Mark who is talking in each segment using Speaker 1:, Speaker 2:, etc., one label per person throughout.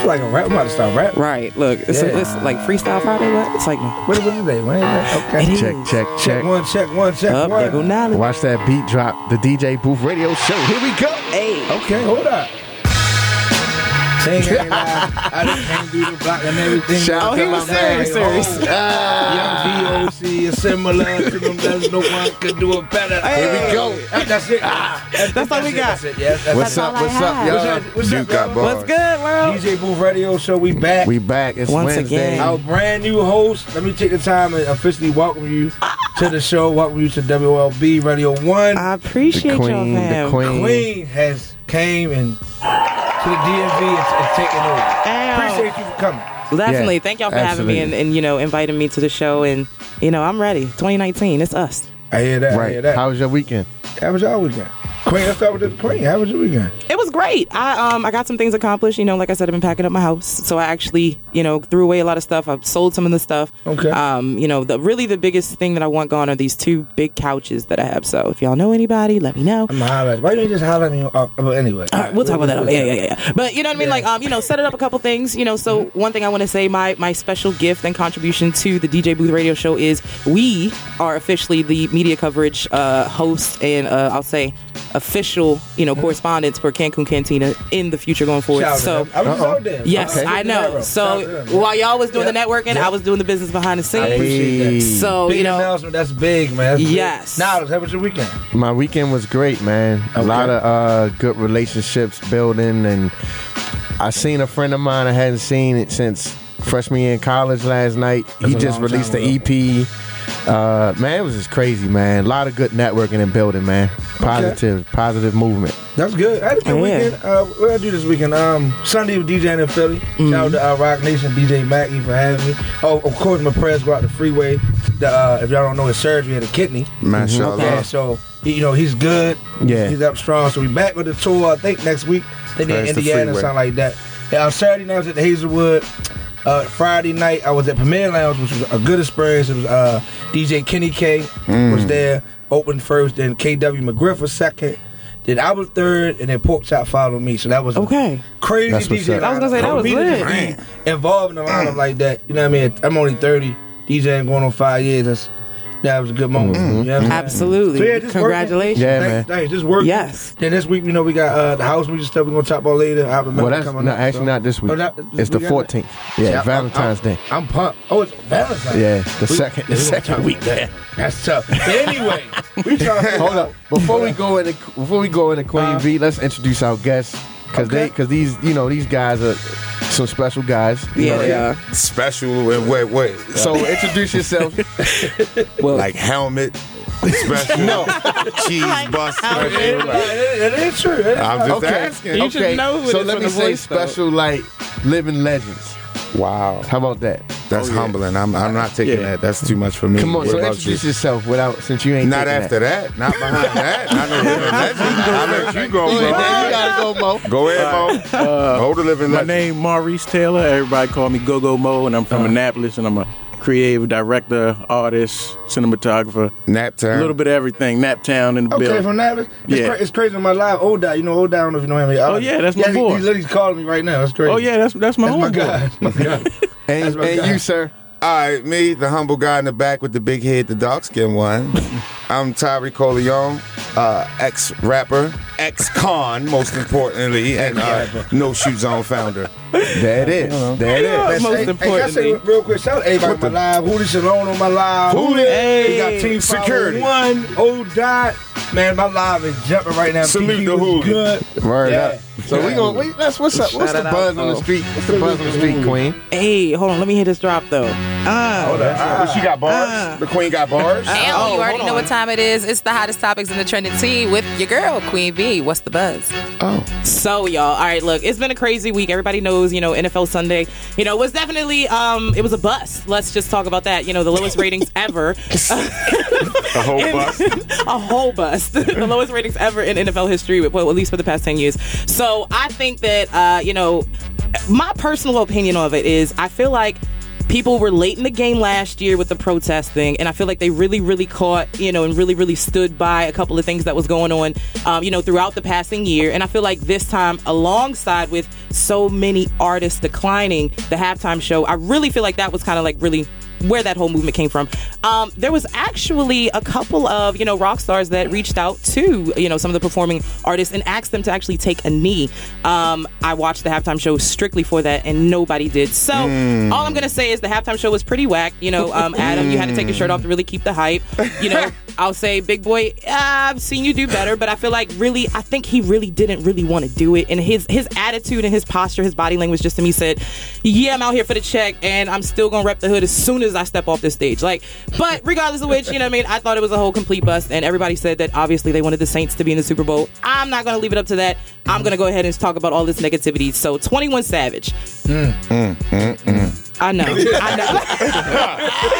Speaker 1: Oh, right, I'm about to start rap.
Speaker 2: Right. Look, it's,
Speaker 1: Yeah.
Speaker 2: it's like Freestyle Friday. What? It's like
Speaker 1: What is it? When is it? Okay.
Speaker 2: It is.
Speaker 3: Check, check,
Speaker 1: Check
Speaker 3: check.
Speaker 1: one, check one, check
Speaker 2: up
Speaker 1: one.
Speaker 2: there go knowledge.
Speaker 3: Watch that beat drop. The DJ Booth Radio Show. Here we go.
Speaker 2: Hey.
Speaker 1: Okay, hold up. Sing it loud. I done came through the block and everything.
Speaker 3: Shout out
Speaker 2: Oh,
Speaker 3: to
Speaker 2: he
Speaker 3: my
Speaker 2: was
Speaker 3: man.
Speaker 2: serious, serious.
Speaker 1: oh, Young D.O.C. is similar to them. There's no one could do it better.
Speaker 3: Here we go.
Speaker 1: That's it. Ah, that's,
Speaker 2: That's all we
Speaker 1: it,
Speaker 2: got.
Speaker 1: That's it. Yes, that's
Speaker 3: What's
Speaker 1: it.
Speaker 3: up?
Speaker 4: all I
Speaker 3: What's up,
Speaker 4: have.
Speaker 3: y'all?
Speaker 1: What's up,
Speaker 3: Duke got
Speaker 1: y'all?
Speaker 3: bars.
Speaker 2: What's good, world?
Speaker 1: DJ Booth Radio Show. We back.
Speaker 3: We back. It's
Speaker 2: Once
Speaker 3: Wednesday.
Speaker 2: again.
Speaker 1: Our brand new host. Let me take the time and officially welcome you to the show. Welcome you to WLB Radio One.
Speaker 2: I appreciate
Speaker 3: The queen,
Speaker 2: y'all, fam.
Speaker 3: the queen.
Speaker 1: Queen has came and to the DMV and, and taken over.
Speaker 2: Damn.
Speaker 1: Appreciate you for coming.
Speaker 2: Definitely.
Speaker 3: Yeah,
Speaker 2: Thank y'all for having me
Speaker 3: absolutely.
Speaker 2: and, and you know inviting me to the show. And you know I'm ready. 2019. It's us.
Speaker 1: I hear that. I hear
Speaker 3: Right.
Speaker 1: that.
Speaker 3: How was your weekend?
Speaker 1: How was your weekend? Queen, let's start with the Queen. How was your weekend?
Speaker 2: It was great. I um I got some things accomplished. You know, like I said, I've been packing up my house, so I actually you know threw away a lot of stuff. I've sold some of the stuff.
Speaker 1: Okay.
Speaker 2: Um, you know, the really the biggest thing that I want gone are these two big couches that I have. So Oh, if y'all know anybody, let me know.
Speaker 1: I'm gonna holler. Why you ain't just holler at me? Uh, but anyway,
Speaker 2: All right, we'll talk about that. Yeah, yeah, yeah, yeah. But you know what I mean? Like, um, you know, set it up a couple things. You know, so one thing I want to say, my my special gift and contribution to the DJ Booth Radio Show is we are officially the media coverage uh, host and uh, I'll say official, you know, correspondents for Cancun Cantina in the future going forward.
Speaker 1: Shout out to
Speaker 2: so.
Speaker 1: them. I was just
Speaker 3: Uh-oh.
Speaker 1: out there.
Speaker 2: Yes, I
Speaker 1: Okay. Shout out to
Speaker 2: know.
Speaker 1: them.
Speaker 2: So while y'all was doing
Speaker 1: Yeah.
Speaker 2: the networking,
Speaker 1: Yeah.
Speaker 2: I was doing the business behind the scenes.
Speaker 1: appreciate that.
Speaker 3: Hey.
Speaker 2: So
Speaker 1: big
Speaker 2: you know,
Speaker 1: announcement. That's big, man. That's big.
Speaker 2: Yes.
Speaker 1: Knowledge. How was your weekend?
Speaker 3: My weekend was great, man. A
Speaker 1: Okay.
Speaker 3: lot of uh, good relationships building, and I seen a friend of mine I hadn't seen it since freshman year in college last night.
Speaker 1: That's
Speaker 3: he
Speaker 1: a
Speaker 3: just
Speaker 1: long time
Speaker 3: released the
Speaker 1: ago.
Speaker 3: EP. Uh, man, it was just crazy, man. A lot of good networking and building, man. Positive, positive movement.
Speaker 1: That's good. I had a good
Speaker 2: Yeah.
Speaker 1: weekend. Uh, what I do this weekend? Um, Sunday with DJing in Philly. Shout out to uh, Rock Nation, DJ Mackey for having me. Oh, of course, my prayers go out the freeway. The, uh, if y'all don't know, his surgery had a kidney.
Speaker 5: Mashallah.
Speaker 1: Yeah, so he, you know he's good.
Speaker 3: Yeah.
Speaker 1: he's up strong. So we back with the tour. I think next week. I think they're in
Speaker 5: Praise the
Speaker 1: Indiana,
Speaker 5: freeway.
Speaker 1: something like that. Yeah, on Saturday night I was at the Hazelwood. Uh, Friday night I was at Premier Lounge, which was a good experience. It was uh, DJ Kenny K was
Speaker 3: Mm.
Speaker 1: there, opened first, then KW McGriff was second. Then I was third, and then Pork Chop followed me. So that was a
Speaker 2: Okay.
Speaker 1: crazy
Speaker 3: That's what's
Speaker 1: DJ.
Speaker 3: up. I
Speaker 2: was gonna say,
Speaker 1: lineup.
Speaker 2: that
Speaker 1: For
Speaker 2: was
Speaker 1: me to
Speaker 2: lit.
Speaker 1: just be Involved in a lineup like that, you know what I mean? I'm only 30. DJing going on five years. That's, that was a good moment. You know what I'm saying?
Speaker 2: absolutely.
Speaker 1: So, yeah, just working.
Speaker 2: Congratulations.
Speaker 3: Mm-hmm. Yeah, man.
Speaker 1: Thanks, thanks. Just work.
Speaker 2: Yes.
Speaker 1: Then this week, you know, we got uh, the house music stuff we're going to talk about later. I remember
Speaker 3: Well, that's
Speaker 1: coming
Speaker 3: no,
Speaker 1: up,
Speaker 3: actually
Speaker 1: so-
Speaker 3: not this week.
Speaker 1: Oh, that-
Speaker 3: it's the
Speaker 1: we got uh, that.
Speaker 3: 14th. Yeah,
Speaker 1: I'm-
Speaker 3: Valentine's
Speaker 1: I'm,
Speaker 3: Day.
Speaker 1: I'm pumped. Oh, it's Valentine's
Speaker 3: Yeah, the
Speaker 1: We-
Speaker 3: second- the
Speaker 1: we gonna
Speaker 3: second
Speaker 1: talk
Speaker 3: week.
Speaker 1: about that. That's tough. But anyway, we talking
Speaker 3: Hold up. Before we go into before we go into Queen
Speaker 1: Uh-huh.
Speaker 3: V, let's introduce our guests because
Speaker 1: Okay.
Speaker 3: they because these you know these guys are some special guys. you
Speaker 2: Yeah,
Speaker 3: know.
Speaker 2: they are.
Speaker 5: Special and wait, wait.
Speaker 3: So introduce yourself.
Speaker 2: Well,
Speaker 5: Like helmet, special, cheese bust.
Speaker 1: It, it, it is true. It is
Speaker 5: I'm just
Speaker 3: okay.
Speaker 5: asking.
Speaker 2: You should
Speaker 3: okay.
Speaker 2: know who it
Speaker 3: so
Speaker 2: is
Speaker 3: let
Speaker 2: from
Speaker 3: me
Speaker 2: the
Speaker 3: say
Speaker 2: voice, though.
Speaker 3: special like living legends.
Speaker 5: Wow.
Speaker 3: How about that?
Speaker 5: That's humbling. I'm, I'm not taking that. That's too much for me.
Speaker 3: Come on,
Speaker 5: What
Speaker 3: so
Speaker 5: about
Speaker 3: introduce
Speaker 5: you?
Speaker 3: yourself without since you ain't
Speaker 5: Not
Speaker 3: taking
Speaker 5: after
Speaker 3: that.
Speaker 5: that. Not behind that. I know you're a legend. I let you go,
Speaker 3: Go ahead,
Speaker 5: bro.
Speaker 3: you gotta go, Mo.
Speaker 5: Go ahead, Mo. Hold the living
Speaker 6: Uh, My
Speaker 5: legend. Uh-huh.
Speaker 6: name Maurice Taylor. Everybody call me Go Go Mo, and I'm from Annapolis, and I'm a creative director, artist, cinematographer,
Speaker 5: Nap time.
Speaker 6: a little bit of everything. Naptown in the
Speaker 1: Okay,
Speaker 6: building.
Speaker 1: from that, it's,
Speaker 6: Yeah.
Speaker 1: cra- it's crazy. My live old you know, old I don't know if you know him. Oh
Speaker 6: yeah, that's my boy.
Speaker 1: He's literally calling me right now. That's crazy.
Speaker 6: oh yeah, that's that's my
Speaker 1: that's my
Speaker 6: homeboy.
Speaker 1: guy. That's my guy.
Speaker 3: And,
Speaker 1: my
Speaker 3: and
Speaker 1: guy.
Speaker 3: you, sir.
Speaker 5: All right, me, the humble guy in the back with the big head, the dark skinned one. I'm Tyree Coleon, uh, ex rapper, ex con, most importantly, and uh, No Shoe Zone founder.
Speaker 3: There it is. There it is.
Speaker 2: Most
Speaker 1: Hey, hey, can I say
Speaker 2: importantly,
Speaker 1: real quick? Shout out to everybody on my live. Hootie Shalom on my live.
Speaker 5: Hootie.
Speaker 1: We got Team
Speaker 5: Security.
Speaker 1: One O dot. Man, my live is jumping right now.
Speaker 5: Salute
Speaker 1: PG
Speaker 5: the
Speaker 1: was
Speaker 5: Hootie.
Speaker 1: Good.
Speaker 3: Word
Speaker 1: Yeah.
Speaker 3: up. So we gonna wait. That's what's up. What's
Speaker 2: Shout
Speaker 3: the
Speaker 2: it out,
Speaker 3: buzz on the
Speaker 2: though.
Speaker 3: street? What's the buzz on the street, Queen?
Speaker 2: hey, hold on, let me hear this drop though.
Speaker 5: Ah.
Speaker 2: Uh,
Speaker 5: she got bars. the queen got bars.
Speaker 7: And
Speaker 2: Oh,
Speaker 7: you already
Speaker 2: hold
Speaker 7: know
Speaker 2: on.
Speaker 7: what time it is. It's the hottest topics in the trending tea with your girl, Queen B. What's the buzz?
Speaker 2: Oh. So y'all, all right, look, it's been a crazy week. Everybody knows, you know, NFL Sunday, you know, was definitely um it was a bust. Let's just talk about that. You know, the lowest ratings ever.
Speaker 5: The whole bus.
Speaker 2: a whole bust. the lowest ratings ever in NFL history, well, at least for the past 10 years. So I think that, uh, you know, my personal opinion of it is I feel like people were late in the game last year with the protest thing, and I feel like they really, really caught, you know, and really, really stood by a couple of things that was going on, um, you know, throughout the passing year. And I feel like this time, alongside with so many artists declining the halftime show, I really feel like that was kind of like really where that whole movement came from. Um, there was actually a couple of you know rock stars that reached out to you know some of the performing artists and asked them to actually take a knee. Um, I watched the halftime show strictly for that, and nobody did. So all I'm gonna say is the halftime show was pretty whack. You know, um, Adam, you had to take your shirt off to really keep the hype. You know, I'll say, big boy, I've seen you do better, but I feel like really, I think he really didn't really want to do it, and his his attitude and his posture, his body language, just to me said, yeah, I'm out here for the check, and I'm still gonna rep the hood as soon as I step off this stage. Like, but regardless of which, you know what I mean? I thought it was a whole complete bust, and everybody said that obviously they wanted the Saints to be in the Super Bowl. I'm not gonna leave it up to that. I'm gonna go ahead and talk about all this negativity. So 21 Savage.
Speaker 8: Mm,
Speaker 2: I know. I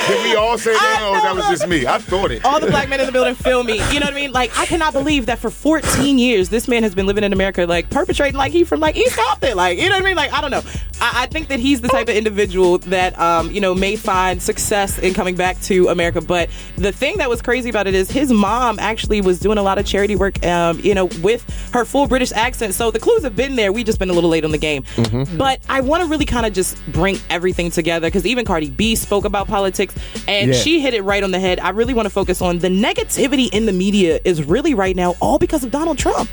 Speaker 2: know.
Speaker 5: Did we all say that, or that was just me? I thought it.
Speaker 2: all the black men in the building feel me. You know what I mean? Like I cannot believe that for 14 years this man has been living in America, like perpetrating like he from like East Compton. Like you know what I mean? Like I don't know. I, I think that he's the type of individual that um, you know may find success in coming back to America. But the thing that was crazy about it is his mom actually was doing a lot of charity work, um, you know, with her full British accent. So the clues have been there. We've just been a little late on the game.
Speaker 3: Mm.
Speaker 9: Mm-hmm.
Speaker 2: But I want to really kind of just bring everything together because even Cardi B spoke about politics and
Speaker 3: Yeah.
Speaker 2: she hit it right on the head. I really want to focus on the negativity in the media is really right now all because of Donald Trump.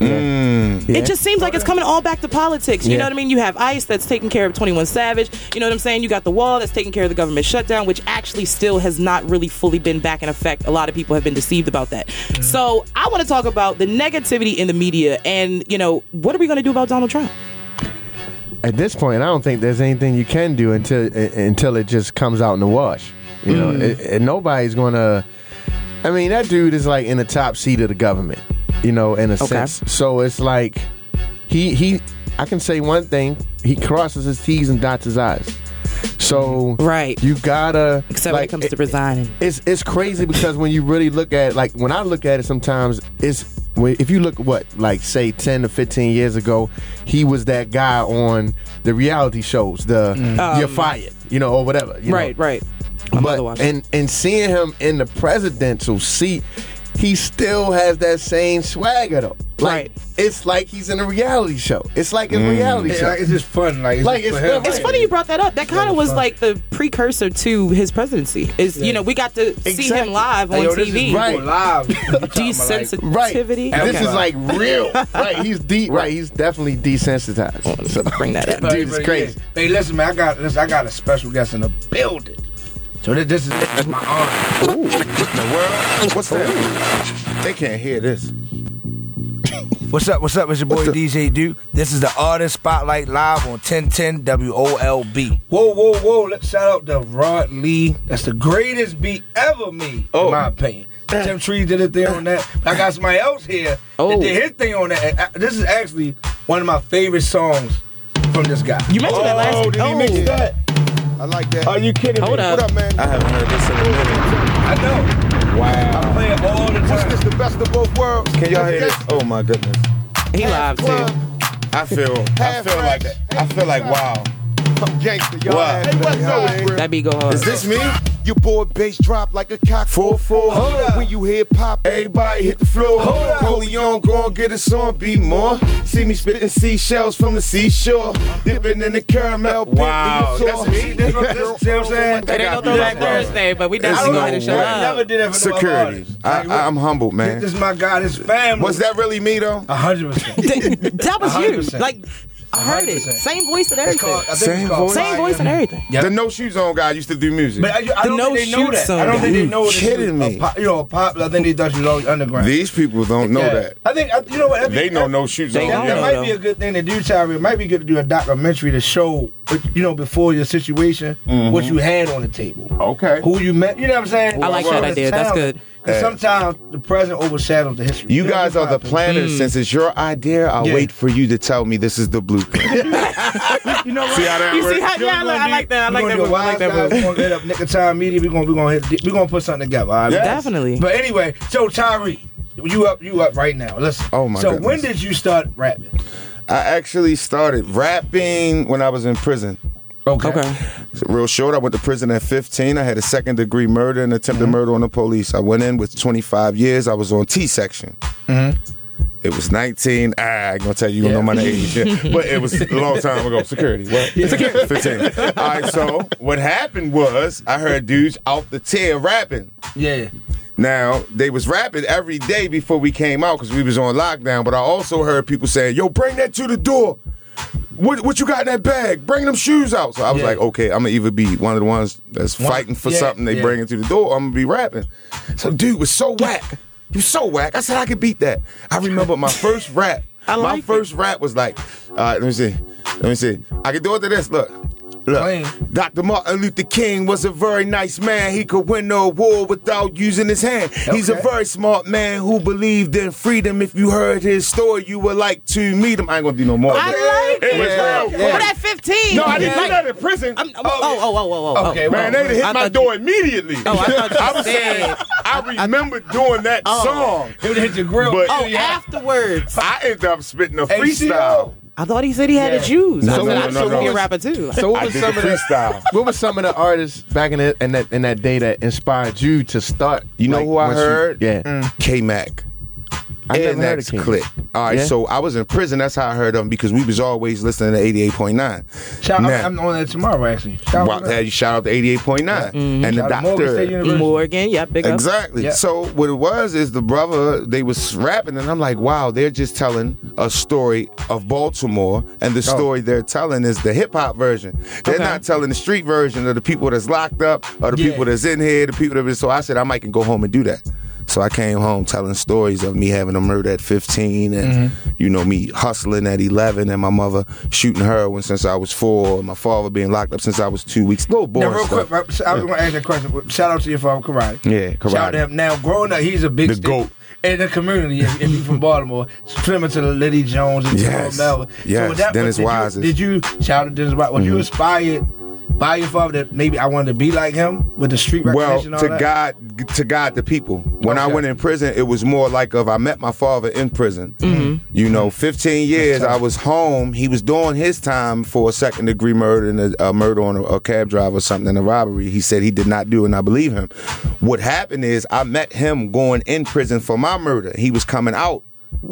Speaker 2: It just seems like it's coming all back to politics. You
Speaker 3: Yeah.
Speaker 2: know what I mean? You have ICE that's taking care of 21 Savage. You know what I'm saying? You got the wall that's taking care of the government shutdown, which actually still has not really fully been back in effect. A lot of people have been deceived about that.
Speaker 3: Mm.
Speaker 2: So I want to talk about the negativity in the media and, you know, what are we going to do about Donald Trump?
Speaker 3: at this point, I don't think there's anything you can do until uh, until it just comes out in the wash. You know, it, and nobody's gonna. I mean, that dude is like in the top seat of the government. You know, in a sense. So it's like he he. I can say one thing: he crosses his T's and dots his I's. So
Speaker 2: Right.
Speaker 3: you gotta
Speaker 2: Except when it comes to resigning.
Speaker 3: it's it's crazy because when you really look at like when I look at it sometimes it's when- if you look what like say 10 to 15 years ago he was that guy on the reality shows the you're fired you know or whatever you know.
Speaker 2: Mm. Um, Right, right. My mother
Speaker 3: but
Speaker 2: watched
Speaker 3: and and seeing him in the presidential seat he still has that same swagger though like
Speaker 2: Right.
Speaker 3: it's like he's in a reality show it's like a reality
Speaker 1: Mm. Yeah,
Speaker 3: show
Speaker 1: like, it's just fun. Like,
Speaker 3: Like,
Speaker 1: just
Speaker 3: it's
Speaker 1: for him.
Speaker 3: not-
Speaker 2: It's funny you brought that up. That kind of was like the precursor to his presidency. Is you know we got to see him
Speaker 3: Exactly.
Speaker 2: live on
Speaker 1: Hey, yo, this
Speaker 2: TV.
Speaker 1: Is right.
Speaker 3: Right.
Speaker 1: live. You talking about, like,
Speaker 3: Right.
Speaker 2: Desensitivity.
Speaker 1: Okay.
Speaker 3: This is like real. right. He's deep. Right. He's definitely desensitized. So
Speaker 2: Bring that up.
Speaker 1: But-
Speaker 3: Dude, it's
Speaker 1: but
Speaker 3: crazy.
Speaker 1: yeah. Hey, listen, man, I got listen, I got a special guest in the building. So this, this is this is my honor.
Speaker 5: The world? What's that? They can't hear this.
Speaker 1: What's up? What's up? It's your boy DJ Duke. This is the Artist Spotlight Live on 1010 WOLB. Whoa, whoa, whoa! Let's shout out to Rod Lee. That's the greatest beat ever made,
Speaker 5: Oh.
Speaker 1: in my opinion. Tim Tree did a thing on that. I got somebody else here
Speaker 2: Oh.
Speaker 1: that did his thing on that. And I- This is actually one of my favorite songs from this guy. Oh,
Speaker 2: You mentioned that last. Oh.
Speaker 5: did he mix that? I like that. Are you kidding
Speaker 2: Hold
Speaker 5: me?
Speaker 2: up.
Speaker 5: What up, man? I haven't heard this in a minute.
Speaker 1: I know.
Speaker 5: Wow.
Speaker 1: I play it all the
Speaker 5: What's
Speaker 1: time.
Speaker 5: this? The best of both worlds. Can y'all hear this? Oh my goodness.
Speaker 2: He live
Speaker 5: Club,
Speaker 2: too.
Speaker 5: I feel. I
Speaker 4: Half
Speaker 5: feel like.
Speaker 4: price.
Speaker 5: I feel like. Wow.
Speaker 4: Gangster, y'all.
Speaker 5: Wow.
Speaker 4: ass
Speaker 5: Hey,
Speaker 4: niggas,
Speaker 5: what's
Speaker 4: y'all
Speaker 5: up?
Speaker 4: ain't real.
Speaker 2: That beat go hard.
Speaker 5: Is this me?
Speaker 4: Your boy bass drop like a cock.
Speaker 5: Four, four. Hold up.
Speaker 4: When you hear pop,
Speaker 5: Everybody hit the floor.
Speaker 1: Hold up.
Speaker 5: Holy on, go and get us on, be more. See me spitting seashells from the seashore. Dipping in the caramel. pink
Speaker 4: Wow,
Speaker 5: dinosaur.
Speaker 4: that's
Speaker 1: See, this, this, see what I'm saying?
Speaker 2: It ain't no throwback Thursday, but we
Speaker 5: It's
Speaker 2: definitely
Speaker 5: no
Speaker 2: had to shut
Speaker 5: way.
Speaker 1: I never
Speaker 2: up.
Speaker 1: did that for
Speaker 5: Security. I, I, am humbled,
Speaker 1: man. This
Speaker 5: man.
Speaker 1: is my guy. This family.
Speaker 5: Was that really me, though?
Speaker 1: A hundred percent.
Speaker 2: That was you.
Speaker 1: 100%.
Speaker 2: Like I heard it.
Speaker 1: 100%.
Speaker 2: Same voice and
Speaker 1: It's
Speaker 2: everything.
Speaker 1: called- I think it's
Speaker 5: Same
Speaker 1: called
Speaker 5: voice?
Speaker 2: Same
Speaker 1: Fire.
Speaker 2: voice and everything.
Speaker 1: Yeah.
Speaker 5: The no shoes on guy used to do music.
Speaker 1: But I, I don't
Speaker 2: no
Speaker 1: think they know
Speaker 2: shoot
Speaker 1: that. I
Speaker 2: song.
Speaker 1: don't think they
Speaker 5: You
Speaker 1: know that
Speaker 5: kidding
Speaker 1: she was
Speaker 5: me.
Speaker 1: A pop, you know, a pop. I think they thought she was always underground.
Speaker 5: These people don't know
Speaker 1: Yeah.
Speaker 5: that.
Speaker 1: I think I- you know what. that'd be-
Speaker 5: They know no shoes on.
Speaker 2: They
Speaker 1: That,
Speaker 2: don't
Speaker 1: that
Speaker 2: know,
Speaker 5: Yeah.
Speaker 1: might
Speaker 2: though.
Speaker 1: be a good thing to do, Tyree. It might be good to do a documentary to show, what- you know, before your situation, what you had on the table.
Speaker 5: Mm-hmm. Okay.
Speaker 1: Who you met. You know what I'm saying?
Speaker 2: I like
Speaker 1: Show
Speaker 2: that
Speaker 1: the
Speaker 2: idea. That's
Speaker 1: talent.
Speaker 2: good.
Speaker 1: 'Cause sometimes the present overshadows the history.
Speaker 5: You
Speaker 1: know
Speaker 5: guys
Speaker 1: what
Speaker 5: are the
Speaker 1: I'm saying?
Speaker 2: Mm.
Speaker 5: planners. Since it's your idea, I'll
Speaker 1: Mm. Yeah.
Speaker 5: wait for you to tell me this is the blueprint.
Speaker 1: You know what?
Speaker 5: See how that
Speaker 2: You see
Speaker 5: works?
Speaker 2: how? Yeah, I like- I like that. I like that. move. I like that. move.
Speaker 1: We're gonna get up Nick Time Media. We're gonna we're gonna hit, we're gonna put something together. All right?
Speaker 5: Yes.
Speaker 2: Definitely.
Speaker 1: But anyway, so Tyree, you up you up right now. Listen.
Speaker 5: Oh, my
Speaker 1: So
Speaker 5: goodness.
Speaker 1: when did you start rapping?
Speaker 5: I actually started rapping when I was in prison.
Speaker 1: Okay.
Speaker 2: Okay.
Speaker 5: Real short, I went to prison at 15. I had a second degree murder and attempted
Speaker 1: Mm-hmm.
Speaker 5: murder on the police. I went in with 25 years. I was on T section. Mm-hmm. It was 19. Ah, I'm going to tell you, you don't know my age. Yeah. But it was a long time ago. Security. What? 15. All right, so what happened was I heard dudes out the tail rapping.
Speaker 1: Yeah.
Speaker 5: Now they was rapping every day before we came out because we was on lockdown. But I also heard people saying, "Yo, bring that to the door. What what you got in that bag? Bring them shoes out." So I was
Speaker 1: Yeah.
Speaker 5: like, "Okay, I'm gonna either be one of the ones that's fighting for
Speaker 1: yeah,
Speaker 5: something they
Speaker 1: yeah.
Speaker 5: bring it to the door. I'm gonna be rapping." So dude was so whack. You so whack. I said I could beat that. I remember my first rap.
Speaker 2: I
Speaker 5: my
Speaker 2: like it.
Speaker 5: first rap was like, "All right, let me see, let me see. I can do it to this. Look." Look,
Speaker 1: Clean.
Speaker 5: Dr. Martin Luther King was a very nice man. He could win the award without using his hand. He's a
Speaker 1: Okay.
Speaker 5: very smart man who believed in freedom. If you heard his story, you would like to meet him. I ain't gonna do no more.
Speaker 2: I like it.
Speaker 5: was real.
Speaker 1: Yeah.
Speaker 2: But at 15.
Speaker 5: No, I didn't
Speaker 2: yeah.
Speaker 5: do that in prison.
Speaker 2: I'm, oh, oh, oh, oh, oh, oh.
Speaker 1: Okay.
Speaker 5: Man,
Speaker 1: well,
Speaker 5: they hit
Speaker 2: I
Speaker 5: my
Speaker 2: thought
Speaker 5: door immediately.
Speaker 2: Oh, I thought you
Speaker 5: was
Speaker 2: said-
Speaker 5: saying,
Speaker 2: oh.
Speaker 5: I remember doing that song.
Speaker 1: It would hit your grill.
Speaker 5: But-
Speaker 2: Oh,
Speaker 1: too, yeah.
Speaker 2: afterwards.
Speaker 5: I ended up spitting a
Speaker 1: ACL.
Speaker 5: freestyle.
Speaker 2: I thought he said he had
Speaker 1: Yeah.
Speaker 2: the Jews. I said,
Speaker 5: No, no,
Speaker 2: I
Speaker 5: no,
Speaker 2: should
Speaker 5: no,
Speaker 2: be
Speaker 5: no.
Speaker 2: a rapper too.
Speaker 3: So what
Speaker 5: I
Speaker 3: was
Speaker 5: did the
Speaker 3: some of
Speaker 5: freestyle.
Speaker 3: the what was some of the artists back in the, in that in that day that inspired you to start?
Speaker 5: You know
Speaker 3: like,
Speaker 5: who I
Speaker 3: once you-
Speaker 5: heard?
Speaker 3: yeah,
Speaker 1: Mm.
Speaker 5: K Mac.
Speaker 3: I never heard of
Speaker 5: Next
Speaker 3: King.
Speaker 5: clip. All right,
Speaker 3: Yeah?
Speaker 5: so I was in prison. That's how I heard of him because we was always listening to 88.9.
Speaker 1: Shout,
Speaker 5: Now-
Speaker 1: I'm, I'm on that tomorrow actually. Shout
Speaker 5: Wow,
Speaker 1: out to
Speaker 5: hey, shout out to 88.9 and the
Speaker 1: Shout out to Morgan State
Speaker 5: doctor.
Speaker 1: University.
Speaker 2: Morgan, yeah, big up.
Speaker 5: Exactly.
Speaker 1: Yeah.
Speaker 5: So what it was is the brother they was rapping, and I'm like, wow, they're just telling a story of Baltimore, and the story they're telling is the hip hop version. They're
Speaker 2: Okay.
Speaker 5: not telling the street version of the people that's locked up, or the
Speaker 1: Yeah.
Speaker 5: people that's in here, the people that. So I said I might can go home and do that. So I came home telling stories of me having a murder at 15, and
Speaker 1: Mm-hmm.
Speaker 5: you know me hustling at 11, and my mother shooting heroin since I was four, and my father being locked up since I was two weeks. Little boy.
Speaker 1: Now, real quick, right, so I was going to ask you a question. Shout out to your father, Karate.
Speaker 5: Yeah, Karate.
Speaker 1: Shout out to him. Now, growing up, he's a big
Speaker 5: The
Speaker 1: stick
Speaker 5: GOAT.
Speaker 1: in the community. If, if you're from Baltimore, it's similar to the Liddy Jones and
Speaker 5: Yes.
Speaker 1: Tom Melvin.
Speaker 5: Yes,
Speaker 1: with
Speaker 5: Dennis Mm-hmm.
Speaker 1: did
Speaker 5: Wise is-
Speaker 1: You, did you shout out to Dennis Wise? Was you inspired? By your father, that maybe I wanted to be like him with the street
Speaker 5: Well,
Speaker 1: recognition. and all
Speaker 5: to
Speaker 1: that?
Speaker 5: God, to God, the people. When I
Speaker 1: Okay.
Speaker 5: went in prison, it was more like of I met my father in prison.
Speaker 2: Mm-hmm.
Speaker 5: You know, 15 years I was home. He was doing his time for a second degree murder and a, a murder on a, a cab driver or something and a robbery. He said he did not do, and I believe him. What happened is I met him going in prison for my murder. He was coming out.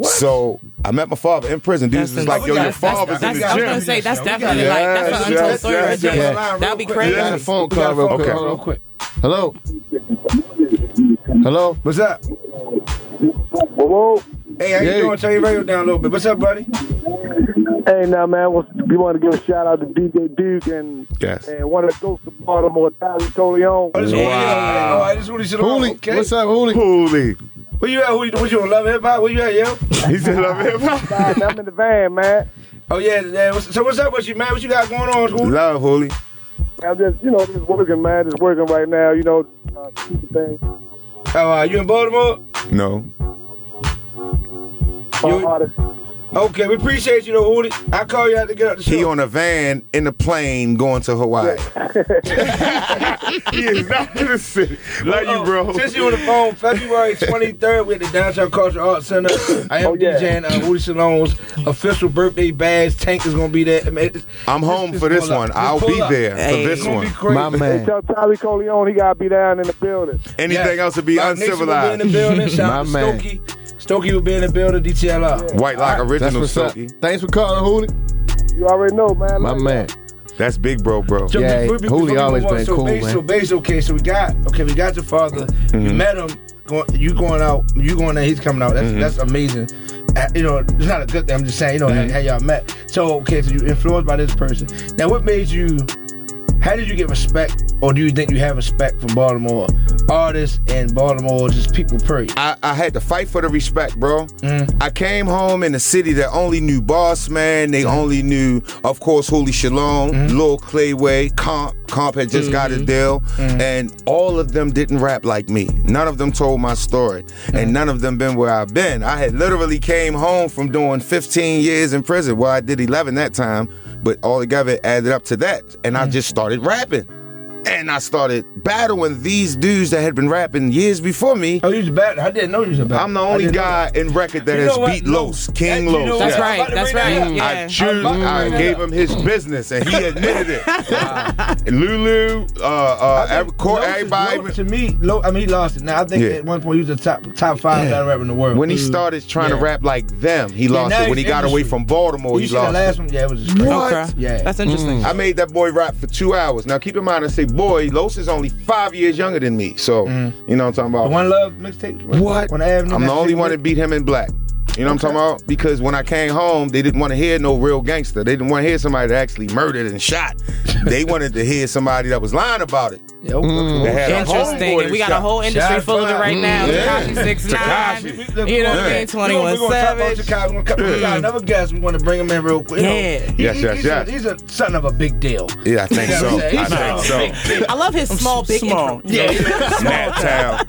Speaker 5: So I met my father in prison. Dudes
Speaker 2: That's
Speaker 5: was like, "Yo, your
Speaker 2: insane.
Speaker 5: father's in
Speaker 2: That's-
Speaker 5: the
Speaker 2: I was
Speaker 5: gym."
Speaker 2: gonna say that's
Speaker 1: We got
Speaker 2: definitely
Speaker 5: it.
Speaker 2: like that's an
Speaker 5: Yes,
Speaker 2: untold
Speaker 5: yes,
Speaker 2: story right
Speaker 5: yes,
Speaker 2: there.
Speaker 5: yes.
Speaker 2: That'd be
Speaker 1: Real
Speaker 2: crazy.
Speaker 1: quick.
Speaker 3: I got a phone
Speaker 1: We got
Speaker 3: call
Speaker 1: a
Speaker 3: real
Speaker 1: phone
Speaker 3: quick.
Speaker 5: Okay.
Speaker 1: call real
Speaker 3: Hold on.
Speaker 1: quick.
Speaker 3: Hello, hello.
Speaker 1: What's up?
Speaker 10: Hello?
Speaker 1: Hey, how
Speaker 3: Yeah.
Speaker 1: you doing? Turn your radio down a little bit. What's up, buddy?
Speaker 10: Hey, now, man, what's, we want to give a shout out to DJ Duke and,
Speaker 5: Yes.
Speaker 10: and one of the ghosts of Baltimore, Tyler Coleon.
Speaker 1: Oh, this
Speaker 2: Wow.
Speaker 1: Hoolie, okay. Oh, I just want to shit
Speaker 3: Hooli,
Speaker 1: Okay.
Speaker 3: what's up, Hooli?
Speaker 5: Holy,
Speaker 1: Where you at? Who you, what you on Love Hip Hop? Where you at, yo?
Speaker 5: he's in love hip hop.
Speaker 10: I'm in the van, man.
Speaker 1: Oh yeah, yeah. What's- So what's up with you, man? What you got going on? Who-
Speaker 5: Love holy.
Speaker 10: I'm just, you know, just working, man. Just working right now, you know. Uh, keep the thing.
Speaker 1: Oh, uh, you in Baltimore?
Speaker 5: No,
Speaker 10: My
Speaker 1: You-
Speaker 10: artist.
Speaker 1: Okay, we appreciate you, though, Hootie. I call you out to get out the show.
Speaker 5: He on a van in a plane going to Hawaii. he is not in the city. Love
Speaker 1: Oh, Since you on the phone, February 23rd, we at the Downtown Cultural Arts Center. I am
Speaker 10: Oh, yeah.
Speaker 1: DJing uh, Hootie Salone's official birthday bash. Tank is gonna be there. I mean, it's-
Speaker 5: I'm home
Speaker 1: it's-
Speaker 5: for
Speaker 1: it's
Speaker 5: this
Speaker 1: gonna-
Speaker 5: one.
Speaker 1: it's
Speaker 5: I'll
Speaker 1: gonna
Speaker 5: be
Speaker 1: pull up.
Speaker 5: there
Speaker 2: Hey.
Speaker 5: for this
Speaker 1: It's gonna be
Speaker 5: one.
Speaker 1: crazy.
Speaker 3: My
Speaker 10: Hey,
Speaker 3: man,
Speaker 10: tell Tyler Coleon he got to be down in the building.
Speaker 5: Anything
Speaker 1: Yes.
Speaker 5: else would be
Speaker 1: Live Nation will be in the
Speaker 5: uncivilized.
Speaker 1: building. Shout out to
Speaker 3: My man.
Speaker 1: Stokey. Stokey will be in the building. DTLR.
Speaker 5: White Lock
Speaker 3: that's
Speaker 5: original
Speaker 3: what's up.
Speaker 5: Stokey.
Speaker 3: Thanks for calling, Hooli.
Speaker 10: You already know, man.
Speaker 3: My
Speaker 10: Like,
Speaker 3: man.
Speaker 5: That's big, bro, bro.
Speaker 1: So
Speaker 3: Yeah,
Speaker 1: before- before
Speaker 3: Hooli
Speaker 1: we move
Speaker 3: always
Speaker 1: on,
Speaker 3: been
Speaker 1: so
Speaker 3: cool,
Speaker 1: Basil,
Speaker 3: man. Mm-hmm.
Speaker 1: So Basil, okay, so we got okay, we got your father. You met him. Going, you going out? You going there? He's coming out. That's
Speaker 3: Mm-hmm.
Speaker 1: that's amazing. Uh, you know, it's not a good thing. I'm just saying. You know
Speaker 3: Mm-hmm.
Speaker 1: how, how y'all met. So okay, so you influenced by this person. Now, what made you? How did you get respect, or do you think you have respect from Baltimore artists and Baltimore just people? Period.
Speaker 5: I, I had to fight for the respect, bro. I came home in a city that only knew Boss Man. They only knew, of course, Holy Shalom, Lil Clayway, Comp. Comp had just got a deal. And all of them didn't rap like me. None of them told my story. And none of them been where I've been. I had literally came home from doing 15 years in prison. Well, I did 11 that time. But all together it added up to that. And I just started rapping. and I started battling these dudes that had been rapping years before me.
Speaker 1: Oh, you was a bat. I didn't know you was a bat.
Speaker 5: I'm the only guy in record that
Speaker 1: You know
Speaker 5: has
Speaker 1: what?
Speaker 5: beat
Speaker 1: No.
Speaker 5: Los, King
Speaker 1: That- you
Speaker 5: Los.
Speaker 1: know
Speaker 2: That's
Speaker 1: Yeah.
Speaker 2: right.
Speaker 1: About to
Speaker 2: That's
Speaker 1: bring that
Speaker 2: right.
Speaker 1: up.
Speaker 2: Yeah.
Speaker 5: I choose.
Speaker 1: I'm about
Speaker 5: I
Speaker 1: to bring
Speaker 5: gave
Speaker 1: that
Speaker 5: him his business, and he admitted it. And Lulu, uh, uh, every, court,
Speaker 1: Lowe's is-
Speaker 5: everybody.
Speaker 1: Lowe's, to me, Lo, I mean, he lost it. Now I think
Speaker 5: Yeah.
Speaker 1: at one point he was the top top five battle rapper in the world. Mm.
Speaker 5: When he started trying
Speaker 1: Yeah.
Speaker 5: to rap like them, he lost
Speaker 1: now
Speaker 5: it. When he
Speaker 1: he's
Speaker 5: got away
Speaker 1: industry.
Speaker 5: from Baltimore,
Speaker 1: you
Speaker 5: he
Speaker 1: see the
Speaker 5: lost
Speaker 1: last
Speaker 5: it.
Speaker 1: one, yeah, it was a straight.
Speaker 5: What?
Speaker 2: Okay.
Speaker 1: Yeah.
Speaker 2: That's interesting.
Speaker 5: I made that boy rap for two hours. Now keep in mind, I say boy, Los is only five years younger than me, so you know what I'm talking
Speaker 1: Mm. The
Speaker 5: about.
Speaker 1: One Love mixtape.
Speaker 5: What?
Speaker 1: On the Avenue,
Speaker 5: I'm
Speaker 1: that
Speaker 5: the only
Speaker 1: shit
Speaker 5: one that
Speaker 1: was-
Speaker 5: beat him in black. You know what I'm talking about? Because when I came home, they didn't want to hear no real gangster. They didn't want to hear somebody that actually murdered and shot. they wanted to hear somebody that was lying about it.
Speaker 1: Yeah, okay.
Speaker 5: That had a
Speaker 2: Interesting.
Speaker 5: homeboy
Speaker 2: And we got
Speaker 5: that
Speaker 2: a
Speaker 5: shot. Mm.
Speaker 2: whole industry
Speaker 1: Shots
Speaker 2: full of it
Speaker 1: fired.
Speaker 2: right now.
Speaker 5: Yeah.
Speaker 2: Takashi six nine.
Speaker 5: Tekashi.
Speaker 2: You know what
Speaker 5: Yeah.
Speaker 2: I mean? Twenty one
Speaker 1: We're gonna talk about
Speaker 2: savage.
Speaker 1: Chicago. We're gonna come- We got another guest. We want to bring him in real quick. You know,
Speaker 2: Yeah.
Speaker 1: he-
Speaker 5: Yes,
Speaker 1: he-
Speaker 5: yes,
Speaker 1: he's a-
Speaker 5: yes.
Speaker 1: He's a son of a big deal.
Speaker 5: Yeah, I think
Speaker 1: You know
Speaker 5: so.
Speaker 1: what I'm saying?
Speaker 5: I
Speaker 1: He's
Speaker 5: think so.
Speaker 2: I love his small, big
Speaker 6: small.
Speaker 2: intro.
Speaker 1: Yeah.
Speaker 5: Nat Town.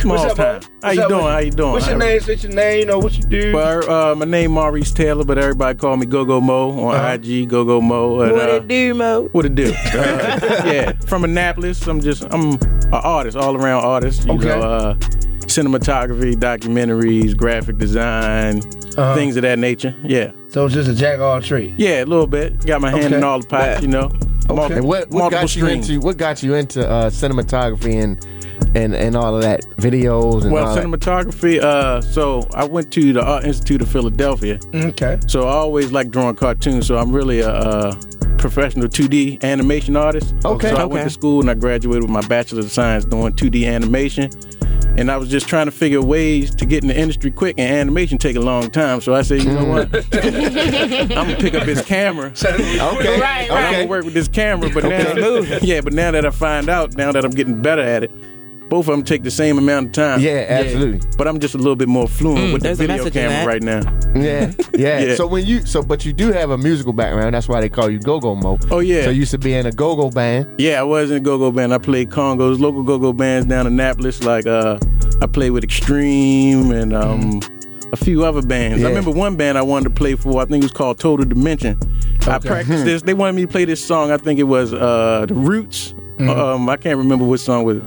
Speaker 6: Small
Speaker 1: What's
Speaker 6: time.
Speaker 1: up, bro?
Speaker 6: How
Speaker 1: What's
Speaker 6: you
Speaker 1: up,
Speaker 6: doing?
Speaker 1: what's-
Speaker 6: How you doing?
Speaker 1: What's your name? What's your name? You know what you do?
Speaker 6: Well, uh, my name Maurice Taylor, but everybody call me Go Go Mo on
Speaker 5: Uh-huh.
Speaker 6: IG. Go Go Mo. and,
Speaker 2: What
Speaker 6: uh,
Speaker 2: it do, Mo?
Speaker 6: What it do? Uh, yeah, from Annapolis. I'm just I'm an artist, all around artist. You
Speaker 1: Okay.
Speaker 6: know, uh, cinematography, documentaries, graphic design,
Speaker 1: Uh-huh.
Speaker 6: things of that nature. Yeah,
Speaker 1: So it's just a jack of all trade.
Speaker 6: yeah, a little bit. Got my hand
Speaker 1: Okay.
Speaker 6: in all the pots. You know, Multi-
Speaker 3: And what, what got you
Speaker 6: streams.
Speaker 3: into what got you into uh, cinematography and and and all of that videos and all
Speaker 6: Well,
Speaker 3: that?
Speaker 6: cinematography. Uh, so I went to the Art Institute of Philadelphia.
Speaker 1: Okay.
Speaker 6: So I always like drawing cartoons. So I'm really a, uh professional 2D animation artist.
Speaker 3: Okay.
Speaker 6: So I
Speaker 2: Okay.
Speaker 6: went to school and I graduated with my bachelor of science doing 2D animation. And I was just trying to figure ways to get in the industry quick, and animation take a long time. So I said, you know what? I'm gonna pick up this camera.
Speaker 5: Okay.
Speaker 2: Right,
Speaker 6: And I'm
Speaker 5: okay.
Speaker 6: gonna work with this camera, but now, yeah, but now that I find out, now that I'm getting better at it, both of them take the same amount of time.
Speaker 3: yeah, absolutely.
Speaker 6: But I'm just a little bit more fluent with the
Speaker 2: Mm. there's a
Speaker 6: video
Speaker 2: message in
Speaker 6: camera
Speaker 2: that.
Speaker 6: right now.
Speaker 3: Yeah. yeah,
Speaker 6: Yeah.
Speaker 3: So when you so but you do have a musical background. That's why they call you Go Go Mo.
Speaker 6: Oh, yeah.
Speaker 3: So you used to be in a Go Go band.
Speaker 6: Yeah, I was in a go-go band. I played congos, local go-go bands down in Annapolis. Like uh, I played with Extreme and um, a few other bands.
Speaker 3: Yeah.
Speaker 6: I remember one band I wanted to play for. I think it was called Total Dimension. I practiced this. They wanted me to play this song. I think it was uh, The Roots. Um, I can't remember what song was.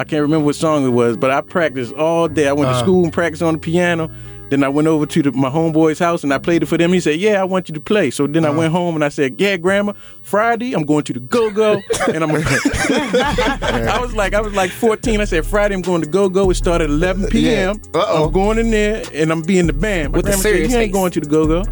Speaker 6: I can't remember what song it was, but I practiced all day. I went
Speaker 5: Uh.
Speaker 6: to school and practiced on the piano. Then I went over to the, my homeboy's house and I played it for them. He said, "Yeah, I want you to play." So
Speaker 5: Uh.
Speaker 6: then I went home and I said, "Yeah, Grandma, Friday I'm going to the Go Go." and I'm, I was like, I was like 14. I said, "Friday I'm going to Go Go." It started at 11 p.m.
Speaker 5: Yeah. Uh-oh.
Speaker 6: I'm going in there and I'm being the band. My
Speaker 2: With the
Speaker 6: grandma said, "You
Speaker 2: serious
Speaker 6: ain't
Speaker 2: face.
Speaker 6: going to the Go Go."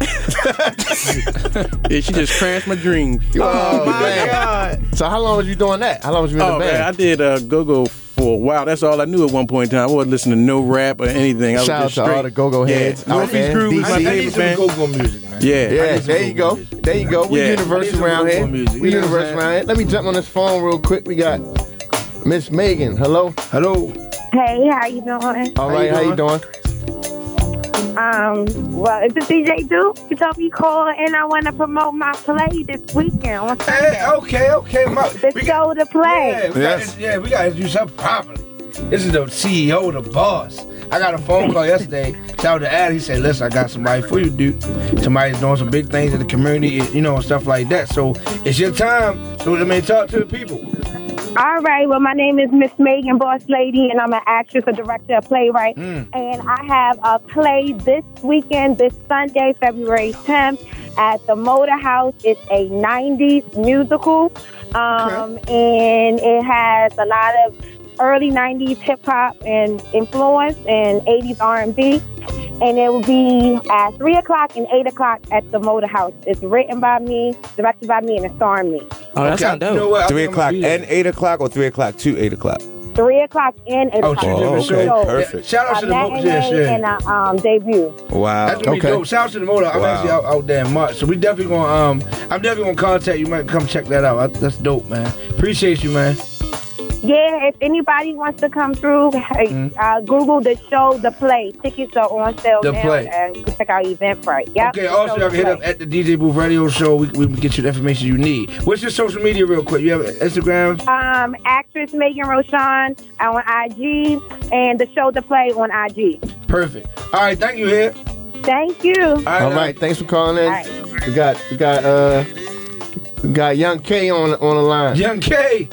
Speaker 6: yeah, she just crashed my dreams.
Speaker 3: Oh, man. So how long was you doing that? How long was you in
Speaker 6: Oh
Speaker 3: the band?
Speaker 6: man, I did uh, go go for a while. That's all I knew at one point in time. I wasn't listening to no rap or anything. I was
Speaker 3: Shout out
Speaker 6: just
Speaker 3: to all
Speaker 6: straight.
Speaker 3: the go-go heads
Speaker 6: Yeah.
Speaker 3: out
Speaker 6: Northeast
Speaker 3: there.
Speaker 6: Crew was
Speaker 3: DC.
Speaker 6: my
Speaker 1: I need
Speaker 6: favorite
Speaker 1: some
Speaker 6: band.
Speaker 1: go go music, man.
Speaker 6: Yeah.
Speaker 3: Yeah,
Speaker 1: need some
Speaker 3: there you go.
Speaker 1: music.
Speaker 3: There you go. We're
Speaker 6: Yeah.
Speaker 1: I need
Speaker 3: universal
Speaker 1: some
Speaker 3: around
Speaker 1: go-go
Speaker 3: here.
Speaker 1: music.
Speaker 3: We're
Speaker 1: You know what I'm
Speaker 3: universal
Speaker 1: saying?
Speaker 3: around here. Let me jump on this phone real quick. We got Miss Megan. Hello.
Speaker 1: Hello.
Speaker 8: Hey, how you doing?
Speaker 3: All right, how you doing?
Speaker 8: Um, well, it's a DJ Duke. You told me call, and I want to promote my play this weekend on Sunday.
Speaker 1: Hey, okay, okay. My,
Speaker 8: The show, the
Speaker 1: Yeah,
Speaker 8: play.
Speaker 1: we
Speaker 5: Yes.
Speaker 1: gotta, yeah, we gotta do something properly. This is the CEO, the boss. I got a phone call yesterday. Shout out to Ad. He said, "Listen, I got somebody for you, dude. Somebody's doing some big things in the community, you know, and stuff like that. So it's your time. So let me talk to the people.
Speaker 8: All right. Well, my name is Miss Megan Boss Lady, and I'm an actress, a director, a playwright,
Speaker 1: Hmm.
Speaker 8: and I have a play this weekend, this Sunday, February 10th, at the Motor House. It's a '90s musical, um, and it has a lot of early '90s hip hop and influence, and '80s R&B. And it will be at three o'clock and eight o'clock at the Motor House. It's written by me, directed by me, and it's starring me.
Speaker 2: Oh, that sound
Speaker 1: You know
Speaker 2: dope.
Speaker 1: what? I
Speaker 5: Three
Speaker 1: think I'm gonna
Speaker 5: o'clock
Speaker 1: be there.
Speaker 5: and eight o'clock, or three o'clock to eight o'clock.
Speaker 8: Three o'clock and eight
Speaker 1: Oh,
Speaker 8: o'clock.
Speaker 1: two
Speaker 5: Oh,
Speaker 1: different
Speaker 5: okay,
Speaker 1: shows.
Speaker 5: perfect.
Speaker 1: Shout out
Speaker 8: a
Speaker 1: to the Motor.
Speaker 8: matinee
Speaker 1: Yes, yeah.
Speaker 8: and a um, debut.
Speaker 5: Wow.
Speaker 1: That's gonna
Speaker 3: Okay.
Speaker 1: be dope. Shout out to the motor. I'm
Speaker 5: Wow.
Speaker 1: actually out, out there in March, so we definitely gonna um, I'm definitely gonna contact you. Man, come check that out. I, that's dope, man. Appreciate you, man.
Speaker 8: Yeah, if anybody wants to come through, hey, uh, Google the show, the play. Tickets are on sale
Speaker 1: The
Speaker 8: now,
Speaker 1: Play.
Speaker 8: and you can check out Eventbrite. Yep,
Speaker 1: Okay.
Speaker 8: the
Speaker 1: Also,
Speaker 8: show,
Speaker 1: y'all
Speaker 8: The
Speaker 1: can hit
Speaker 8: Play.
Speaker 1: up at the DJ Booth Radio Show. We, we can get you the information you need. What's your social media, real quick? You have Instagram.
Speaker 8: Um, actress Megan Roshan on IG and the show, the play on IG.
Speaker 1: Perfect. All right. Thank you. Here.
Speaker 8: Thank you.
Speaker 1: All right.
Speaker 3: All right, thanks for calling in.
Speaker 8: All right.
Speaker 3: We got we got uh We got Young K on on the line.
Speaker 1: Young K.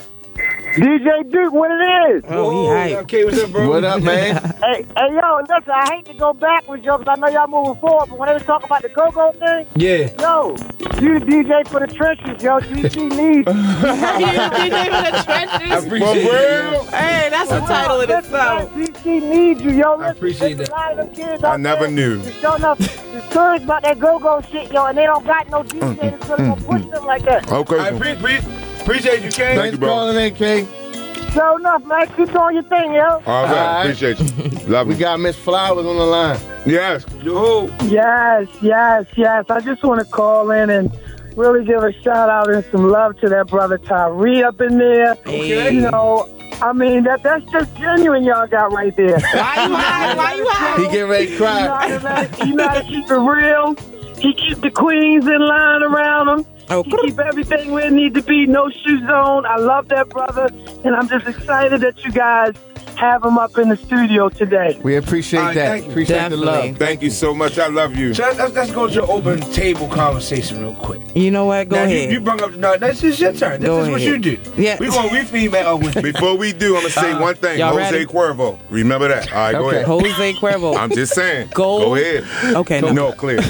Speaker 10: DJ Duke, what it is?
Speaker 2: Oh,
Speaker 1: Whoa,
Speaker 2: he
Speaker 1: Young
Speaker 2: hype.
Speaker 1: K, what's up, bro?
Speaker 3: What up, man?
Speaker 10: Hey, hey, yo, listen, I hate to go backwards, yo, because I know y'all moving forward, but when they was talking about the go-go thing,
Speaker 1: Yeah.
Speaker 10: yo, you the DJ for the trenches, yo, GT needs.
Speaker 2: DJ for the trenches.
Speaker 1: appreciate it, yo.
Speaker 2: Hey, that's a title in itself.
Speaker 10: GT needs you, yo. Listen,
Speaker 1: appreciate
Speaker 10: there's
Speaker 1: that.
Speaker 10: A lot of them kids
Speaker 5: I
Speaker 10: out
Speaker 5: never
Speaker 10: there
Speaker 5: knew.
Speaker 10: that's showing up discouraged about that go-go shit, yo, and they don't got no DJ that's really gonna push them like that.
Speaker 5: Okay.
Speaker 1: I pre- pre- appreciate you, K.
Speaker 5: Thank you, bro.
Speaker 3: Calling in, K.
Speaker 10: Show enough, man. Keep doing your thing, yo.
Speaker 5: All right.
Speaker 3: All right.
Speaker 5: Appreciate you. Love
Speaker 3: We
Speaker 5: you.
Speaker 3: got Miss Flowers on the line.
Speaker 5: Yes.
Speaker 2: Oh.
Speaker 1: Yo.
Speaker 10: Yes, yes, yes. I just want to call in and really give a shout out and some love to that brother Tyree up in there.
Speaker 2: Hey.
Speaker 10: You know, I mean that that's just genuine y'all got right there.
Speaker 2: Why you high? Why you high?
Speaker 3: He getting ready to
Speaker 10: You know
Speaker 3: cry.
Speaker 10: how to let- you know how to keep it real. He keep the queens in line around him.
Speaker 2: Oh,
Speaker 10: He keep everything where it need to be. No shoe zone. I love that brother, and I'm just excited that you guys have him up in the studio today.
Speaker 3: We appreciate
Speaker 1: All right,
Speaker 3: that.
Speaker 1: thank you.
Speaker 3: Appreciate the love.
Speaker 2: Definitely.
Speaker 5: Thank you so much. I love you.
Speaker 1: So let's- let's, let's go to your open table conversation real quick.
Speaker 2: You know what? Go
Speaker 1: now,
Speaker 2: ahead.
Speaker 1: You, you brought up no. This is your turn. This
Speaker 2: Go
Speaker 1: is what
Speaker 2: ahead.
Speaker 1: you do.
Speaker 2: Yeah.
Speaker 1: We going we feedback up with you.
Speaker 5: Before we do, I'm gonna say one thing.
Speaker 2: Uh, y'all
Speaker 5: Jose
Speaker 2: ready?
Speaker 5: Cuervo. Remember that. All right. Go
Speaker 3: Okay.
Speaker 5: ahead.
Speaker 2: Jose Cuervo.
Speaker 5: I'm just saying.
Speaker 2: Go-
Speaker 5: Go ahead.
Speaker 2: Okay,
Speaker 5: No,
Speaker 2: no.
Speaker 5: clear.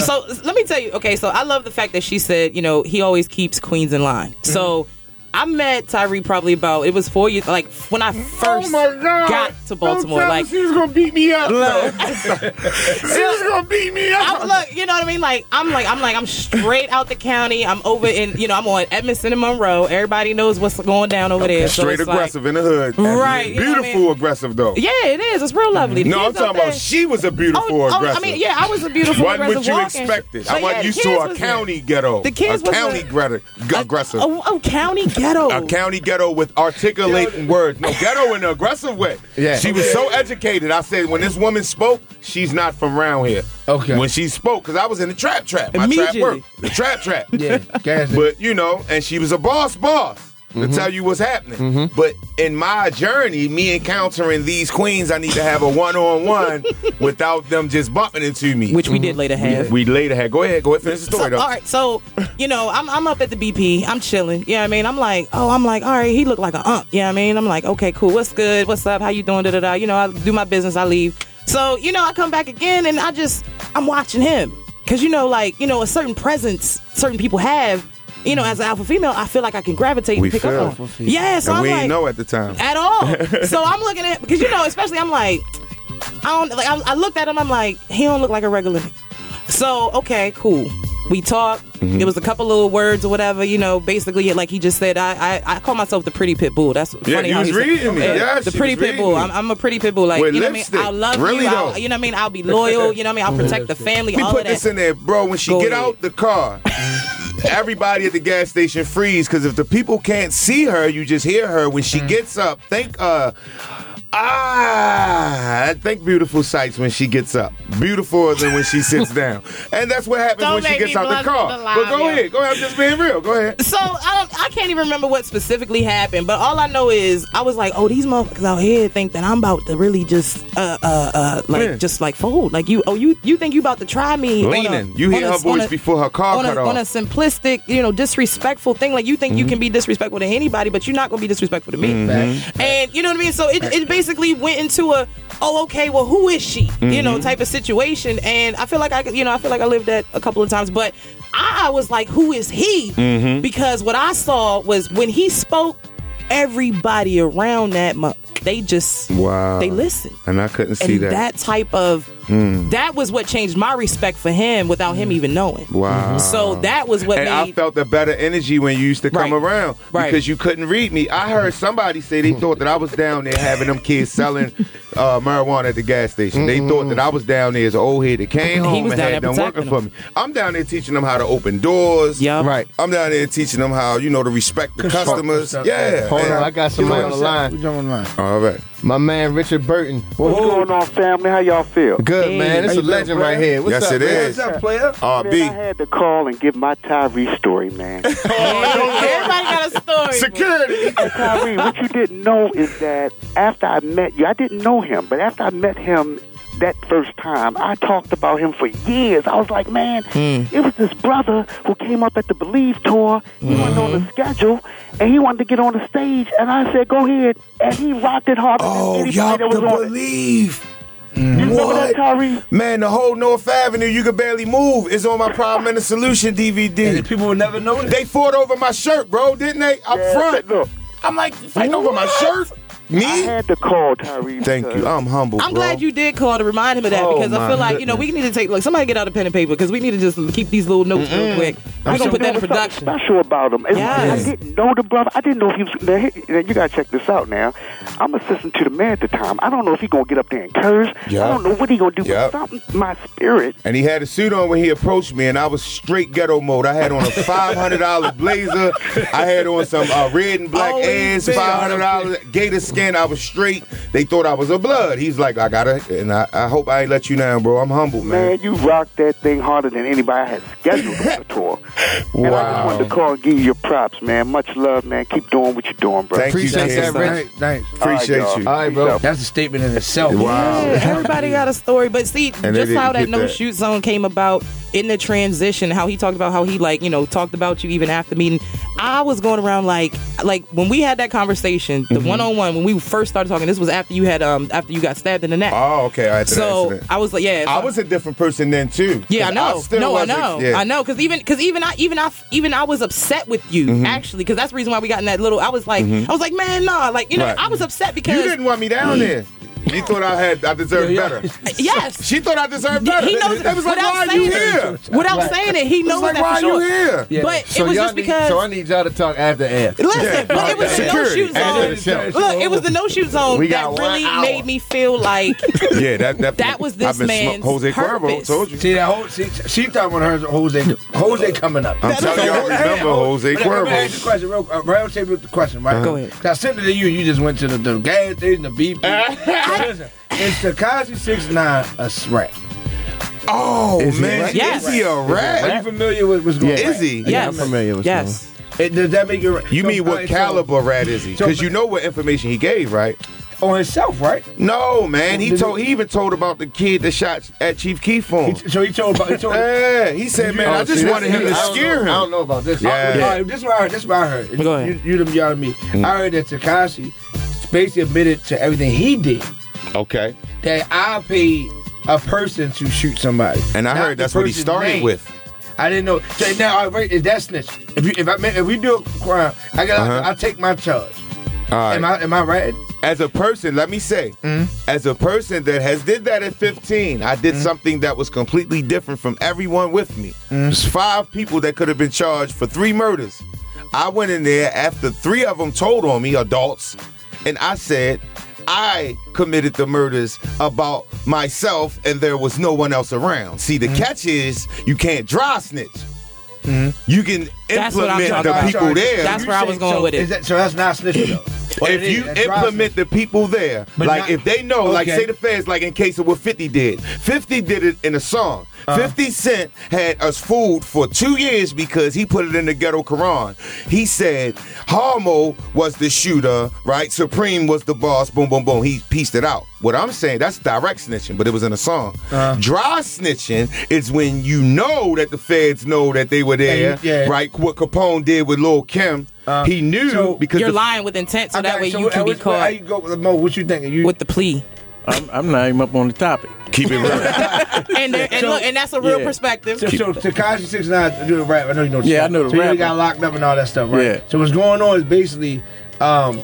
Speaker 2: so let me tell you. Okay, so I love the fact that she said, you know, he always keeps queens in line.
Speaker 5: Mm-hmm.
Speaker 2: So I met Tyree probably about it was four years, like when I
Speaker 5: Oh
Speaker 2: first got to Baltimore. Like
Speaker 5: she's gonna beat me up. she's gonna beat me up.
Speaker 2: I'm, look, you know what I mean? Like I'm like I'm like I'm straight out the county. I'm over in you know I'm on Edmondson and Monroe. Everybody knows what's going down over there. So
Speaker 5: Straight
Speaker 2: it's like-
Speaker 5: aggressive in the hood.
Speaker 2: Right, you know what I
Speaker 5: Beautiful
Speaker 2: mean?
Speaker 5: aggressive though.
Speaker 2: yeah, it is. It's real lovely. The
Speaker 5: No, I'm
Speaker 2: kids out
Speaker 5: talking about
Speaker 2: there-
Speaker 5: she was a beautiful
Speaker 2: Oh, oh,
Speaker 5: aggressive.
Speaker 2: I mean, yeah, I was a beautiful
Speaker 5: What
Speaker 2: aggressive
Speaker 5: would you
Speaker 2: walking.
Speaker 5: expect this?
Speaker 2: But
Speaker 5: I
Speaker 2: yeah,
Speaker 5: wasn't
Speaker 2: the
Speaker 5: used
Speaker 2: kids
Speaker 5: to a
Speaker 2: was-
Speaker 5: county ghetto.
Speaker 2: The kids
Speaker 5: a
Speaker 2: was
Speaker 5: county
Speaker 2: a-
Speaker 5: gre-
Speaker 2: a-
Speaker 5: aggressive.
Speaker 2: Oh, oh, county ghetto.
Speaker 5: A county ghetto with articulating words. No, ghetto in an aggressive way.
Speaker 3: Yeah.
Speaker 5: She was so educated. I said, when this woman spoke, she's not from around here.
Speaker 1: Okay.
Speaker 5: When she spoke, because I was in the trap trap. My trap
Speaker 2: Immediately.
Speaker 5: worked. The trap trap.
Speaker 1: yeah. Gas it. Mm-hmm.
Speaker 5: But, you know, and she was a boss boss to tell you what's happening.
Speaker 3: Mm-hmm.
Speaker 5: But in my journey, me encountering these queens, I need to have a one on one without them just bumping into me. Mhm.
Speaker 2: which we did later have.
Speaker 5: we later had. Go ahead, go ahead, finish the story
Speaker 2: So,
Speaker 5: though.
Speaker 2: all right, so you know, I'm, I'm up at the BP. I'm chilling. You know what I mean? I'm like, oh, I'm like, all right, he looked like an ump. You know what I mean? I'm like, okay, cool. What's good? What's up? How you doing? Da da da. You know, I do my business. I leave. So you know, I come back again, and I just I'm watching him because you know, like you know, a certain presence certain people have. You know, as an alpha female, I feel like I can gravitate
Speaker 5: We
Speaker 2: and pick
Speaker 5: feel.
Speaker 2: up on. Yeah, so
Speaker 5: and
Speaker 2: I'm
Speaker 5: we
Speaker 2: like,
Speaker 5: didn't know at the time.
Speaker 2: at all. so I'm looking at because you know, especially I'm like, I don't like. I, I looked at him. I'm like, he don't look like a regular. nigga. So okay, cool. We talked.
Speaker 5: Mm-hmm.
Speaker 2: There was a couple little words or whatever. You know, basically like he just said, I I, I call myself the pretty pit bull. That's
Speaker 5: Yeah,
Speaker 2: funny.
Speaker 5: you
Speaker 2: how
Speaker 5: was
Speaker 2: he said-
Speaker 5: reading me.
Speaker 2: Yeah,
Speaker 5: Yes,
Speaker 2: the
Speaker 5: you
Speaker 2: pretty
Speaker 5: was
Speaker 2: pit bull.
Speaker 5: reading me.
Speaker 2: I'm, I'm a pretty pit bull. Like
Speaker 5: With
Speaker 2: you know
Speaker 5: lipstick.
Speaker 2: what I mean? I love
Speaker 5: Really,
Speaker 2: you.
Speaker 5: though.
Speaker 2: I'll, you know what I mean? I'll be loyal. You know what I mean? I'll protect the family.
Speaker 5: We
Speaker 2: all
Speaker 5: put
Speaker 2: of that.
Speaker 5: this in there, bro. When she
Speaker 2: Go
Speaker 5: get
Speaker 2: ahead.
Speaker 5: out the car, everybody at the gas station freeze because if the people can't see her, you just hear her. When
Speaker 2: Mm.
Speaker 5: she gets up, think uh ah, I think beautiful sights when she gets up, beautiful than when she sits down, and that's what happens
Speaker 2: Don't
Speaker 5: when she
Speaker 2: make
Speaker 5: gets
Speaker 2: me
Speaker 5: out the
Speaker 2: blush
Speaker 5: car.
Speaker 2: with the lie,
Speaker 5: but go
Speaker 2: yo.
Speaker 5: ahead, go ahead. I'm just being real. Go ahead.
Speaker 2: So I don't, I can't even remember what specifically happened, but all I know is I was like, oh, these motherfuckers out here think that I'm about to really just uh uh uh like
Speaker 5: Yeah.
Speaker 2: just like fold, like you oh you you think you about to try me? on a-
Speaker 5: Leaning. You hear
Speaker 2: on a-
Speaker 5: her voice
Speaker 2: on a-
Speaker 5: before her car
Speaker 2: on a,
Speaker 5: cut off. Mm-hmm.
Speaker 2: on a simplistic, you know, disrespectful thing. Like you think you can be disrespectful to anybody, but you're not gonna be disrespectful to me. And you know what I mean? So it, it basically went into a oh okay, well who is she? You
Speaker 5: Mm-hmm.
Speaker 2: know, type of situation. And I feel like I could- you know I feel like I lived that a couple of times, but I was like, who is he?
Speaker 5: Mm-hmm.
Speaker 2: Because what I saw was when he spoke, everybody around that month they just
Speaker 5: Wow.
Speaker 2: they listened
Speaker 5: And I couldn't see
Speaker 2: and
Speaker 5: that. Mm.
Speaker 2: that. type of that was what changed my respect for him without him even knowing.
Speaker 5: Wow.
Speaker 2: So that was what
Speaker 5: and I
Speaker 2: made
Speaker 5: felt the better energy when you used to come
Speaker 2: Right.
Speaker 5: around
Speaker 2: Right.
Speaker 5: because you couldn't read me. I heard somebody say they thought that I was down there having them kids selling uh, marijuana at the gas station. They thought that I was down there as an old head that came
Speaker 2: He
Speaker 5: home
Speaker 2: was
Speaker 5: and
Speaker 2: down
Speaker 5: had
Speaker 2: there
Speaker 5: them working
Speaker 2: protecting
Speaker 5: for me. I'm down there teaching them how to open doors.
Speaker 2: Yup.
Speaker 3: Right.
Speaker 5: I'm down there teaching them how you know to respect the
Speaker 1: Construct
Speaker 5: customers.
Speaker 1: yourself.
Speaker 5: Yeah.
Speaker 3: Hold
Speaker 5: And
Speaker 3: on,
Speaker 5: I-
Speaker 3: I got somebody on the line.
Speaker 1: Who's on the line?
Speaker 5: All right.
Speaker 3: My man Richard Burton.
Speaker 1: What's going
Speaker 10: on, family? How y'all feel?
Speaker 3: Good man, it's
Speaker 1: How
Speaker 3: a
Speaker 1: you doing,
Speaker 3: legend
Speaker 1: bro?
Speaker 3: right here. What's
Speaker 5: yes,
Speaker 3: up,
Speaker 5: it
Speaker 3: man?
Speaker 5: is.
Speaker 1: What's up, player?
Speaker 5: RB.
Speaker 10: had to call and give my Tyree story, man.
Speaker 2: everybody got a story.
Speaker 5: Security.
Speaker 10: Tyree, what you didn't know is that after I met you, I didn't know him, but after I met him
Speaker 11: that first time, I talked about him for years. I was like, man,
Speaker 3: Hmm.
Speaker 11: it was this brother who came up at the Believe tour. He wasn't on
Speaker 3: Mm-hmm.
Speaker 11: the schedule, and he wanted to get on the stage. And I said, go ahead. And he rocked it harder
Speaker 5: Oh,
Speaker 11: than anybody
Speaker 5: y'all
Speaker 11: that was
Speaker 5: could
Speaker 11: on it.
Speaker 5: believe.
Speaker 11: You remember
Speaker 5: Mm-hmm. What?
Speaker 11: that, Tyree?
Speaker 5: Man, the whole North Avenue, you could barely move, is on my Problem and the Solution
Speaker 1: And
Speaker 5: DVD.
Speaker 1: people will never know this.
Speaker 5: They fought over my shirt, bro, didn't they? Up
Speaker 11: Yeah,
Speaker 5: front.
Speaker 11: look.
Speaker 5: I'm like, fighting over my shirt? Me?
Speaker 11: I had to call Tyree.
Speaker 5: Thank
Speaker 11: because-
Speaker 5: you. I'm humble,
Speaker 2: I'm
Speaker 5: bro.
Speaker 2: glad you did call to remind him of that
Speaker 5: Oh,
Speaker 2: because I
Speaker 5: my
Speaker 2: feel like you know we need to take look somebody get out a pen and paper because we need to just keep these little notes
Speaker 11: Mm.
Speaker 2: real quick. We're gonna put that in
Speaker 11: There was something
Speaker 2: production.
Speaker 11: Special about him. And
Speaker 2: Yes.
Speaker 11: I didn't know the brother. I didn't know if he was. Now, here- now, you gotta check this out. Now, I'm assistant to the man at the time. I don't know if he gonna get up there and curse.
Speaker 5: Yeah.
Speaker 11: I don't know what he gonna do.
Speaker 5: Yeah.
Speaker 11: But something, my spirit.
Speaker 5: And he had a suit on when he approached me, and I was straight ghetto mode. I had on a five hundred dollar blazer. I had on some uh, red and black
Speaker 1: Always
Speaker 5: ads,
Speaker 1: been
Speaker 5: five hundred dollars gator skin. I was straight. They thought I was a blood. He's like, I gotta, and I, I hope I ain't let you down, bro. I'm humble, man.
Speaker 11: Man, you rocked that thing harder than anybody I had scheduled for the tour. And I
Speaker 5: Wow.
Speaker 11: just wanted to call and give you your props, man. Much love, man. Keep doing what you're doing, bro.
Speaker 5: Thank
Speaker 3: Appreciate
Speaker 5: you,
Speaker 3: that,
Speaker 5: Kevin.
Speaker 3: Rich.
Speaker 1: Thanks.
Speaker 5: Appreciate
Speaker 11: All right,
Speaker 5: you.
Speaker 11: y'all.
Speaker 1: All right, bro. That's a statement in itself.
Speaker 5: Wow.
Speaker 2: Yeah, everybody got a story, but see,
Speaker 5: And they
Speaker 2: just
Speaker 5: didn't
Speaker 2: how that
Speaker 5: get
Speaker 2: no
Speaker 5: that.
Speaker 2: shoot zone came about in the transition, how he talked about how he like you know talked about you even after meeting. I was going around like like when we had that conversation,
Speaker 5: Mm-hmm.
Speaker 2: the one on one when we first started talking. This was after you had um after you got stabbed in the neck.
Speaker 5: Oh, okay. I had to
Speaker 2: so
Speaker 5: answer that.
Speaker 2: I was like, yeah, so-
Speaker 5: I was a different person then too.
Speaker 2: Yeah, I
Speaker 5: 'Cause
Speaker 2: know.
Speaker 5: still
Speaker 2: no, I
Speaker 5: wasn't-
Speaker 2: know.
Speaker 5: yeah.
Speaker 2: I know. Because even because even I even I even I was upset with you
Speaker 5: Mm-hmm.
Speaker 2: actually because that's the reason why we got in that little. I was like I was like man nah like you know
Speaker 5: Right.
Speaker 2: I was upset because Mm.
Speaker 5: You didn't want me down there. You thought I had, I deserved better.
Speaker 2: yes
Speaker 5: She thought I deserved better.
Speaker 2: he knows
Speaker 5: It was
Speaker 2: without
Speaker 5: like, why are
Speaker 2: saying
Speaker 5: you
Speaker 2: it-
Speaker 5: here?
Speaker 2: without saying it he
Speaker 5: It
Speaker 2: knows
Speaker 5: was like,
Speaker 2: that
Speaker 5: why are
Speaker 2: for
Speaker 5: you
Speaker 2: sure.
Speaker 5: here?
Speaker 2: But it was
Speaker 3: y'all
Speaker 2: just
Speaker 3: need-
Speaker 2: because.
Speaker 3: So I need y'all to talk after air.
Speaker 2: Listen,
Speaker 5: Yeah,
Speaker 2: but it was the no
Speaker 5: security.
Speaker 2: shoot
Speaker 5: After
Speaker 2: zone.
Speaker 5: the show.
Speaker 2: Look, it was the no shoot zone
Speaker 3: We
Speaker 2: that
Speaker 3: got one
Speaker 2: really
Speaker 3: hour.
Speaker 2: made me feel like
Speaker 5: Yeah, that that,
Speaker 2: That was this
Speaker 5: I've been smoke-
Speaker 2: man's
Speaker 5: Jose Cuervo
Speaker 2: purpose.
Speaker 5: told you.
Speaker 1: See that whole she, she talking about her Jose Jose coming up.
Speaker 5: I'm telling y'all, remember Jose
Speaker 1: But Let me ask you a
Speaker 5: Cuervo.
Speaker 1: question, real, uh, round table with the question, right?
Speaker 2: Go ahead.
Speaker 1: 'Cause I sent it to you. You just went to the, the gas station, the BP. so listen, is Takashi six nine a threat?
Speaker 5: Oh
Speaker 3: Is he
Speaker 5: man,
Speaker 3: right?
Speaker 2: Yes.
Speaker 5: is he a
Speaker 1: Are you
Speaker 5: rat?
Speaker 1: familiar with what's going on?
Speaker 3: Yeah.
Speaker 5: Is he?
Speaker 3: Yeah,
Speaker 2: yes
Speaker 3: I'm familiar with
Speaker 2: yes
Speaker 1: It- does that make you? a rat?
Speaker 5: You
Speaker 1: So,
Speaker 5: mean
Speaker 1: all
Speaker 5: what
Speaker 1: right, so-
Speaker 5: caliber rat is he?
Speaker 1: so-
Speaker 5: Because you know what information he gave, right?
Speaker 1: on himself, right?
Speaker 5: No, man. He
Speaker 1: Did
Speaker 5: told.
Speaker 1: he-
Speaker 5: He even told about the kid that shot at Chief Keith for
Speaker 1: He
Speaker 5: him.
Speaker 1: t- so he told about he told.
Speaker 5: Yeah, he said, man,
Speaker 3: Oh,
Speaker 5: I just
Speaker 3: see,
Speaker 5: wanted
Speaker 3: this-
Speaker 5: him to
Speaker 3: I don't know-
Speaker 5: scare him.
Speaker 3: I don't know about this.
Speaker 5: Yeah. Mm.
Speaker 1: All right, this is what I heard. This is what I heard.
Speaker 2: Go ahead.
Speaker 1: You, you, them yelling at me. I heard that Takashi basically admitted to everything he did.
Speaker 5: Okay.
Speaker 1: that I paid a person to shoot somebody.
Speaker 5: And I
Speaker 1: Not
Speaker 5: heard
Speaker 1: the
Speaker 5: that's what he
Speaker 1: person's
Speaker 5: started
Speaker 1: name.
Speaker 5: with.
Speaker 1: I didn't know. So now, all right, is that snitch? If you, if I if we do a crime, I got
Speaker 5: Uh-huh.
Speaker 1: I, take my charge.
Speaker 5: All right.
Speaker 1: Am I am I right?
Speaker 5: as a person, let me say,
Speaker 1: Mm.
Speaker 5: as a person that has did that at 15, I did something that was completely different from everyone with me.
Speaker 1: Mm.
Speaker 5: There's five people that could have been charged for three murders. I went in there after three of them told on me, adults, and I said, I committed the murders about myself and there was no one else around. See,
Speaker 1: Mm.
Speaker 5: the catch is you can't dry snitch. You can
Speaker 2: That's what I'm
Speaker 5: implement
Speaker 2: talking
Speaker 5: the
Speaker 2: about.
Speaker 5: people there.
Speaker 2: That's
Speaker 1: You
Speaker 2: where I
Speaker 1: say-
Speaker 2: was going
Speaker 1: Mm. so
Speaker 2: with it.
Speaker 1: is that- so that's not snitching though. Or
Speaker 5: if
Speaker 1: it is,
Speaker 5: you
Speaker 1: that's right.
Speaker 5: implement the people there,
Speaker 1: But
Speaker 5: like
Speaker 1: not-
Speaker 5: if they know, like
Speaker 1: Okay.
Speaker 5: say the feds, like in case of what 50 did, 50 did it in a song.
Speaker 1: Uh.
Speaker 5: 50 Cent had us fooled for two years because he put it in the ghetto Quran. He said Harmo was the shooter, right? Supreme was the boss, boom, boom, boom. He pieced it out. What I'm saying, that's direct snitching, but it was in a song.
Speaker 1: Uh.
Speaker 5: Dry snitching is when you know that the feds know that they were there,
Speaker 1: And you- yeah. Uh,
Speaker 5: right? What Capone did with Lil Kim. he knew
Speaker 1: so-
Speaker 5: because
Speaker 2: you're
Speaker 5: the
Speaker 2: lying with intent so
Speaker 1: I got
Speaker 2: that
Speaker 1: it.
Speaker 2: way
Speaker 1: So
Speaker 2: you can
Speaker 1: at
Speaker 2: be
Speaker 1: which point- How
Speaker 2: caught
Speaker 1: you go, Mo? What you thinking? You
Speaker 2: with the plea
Speaker 6: I'm, I'm not even up on the topic.
Speaker 5: Keep it real.
Speaker 2: and there- and look and that's a real
Speaker 6: Yeah.
Speaker 2: perspective
Speaker 1: So, so Takashi Six Nine do the rap. I know you know. the
Speaker 6: Yeah,
Speaker 1: song.
Speaker 6: I know the
Speaker 1: so
Speaker 6: rapper.
Speaker 1: he got locked up and all that stuff, right?
Speaker 6: Yeah.
Speaker 1: So what's going on is basically, um,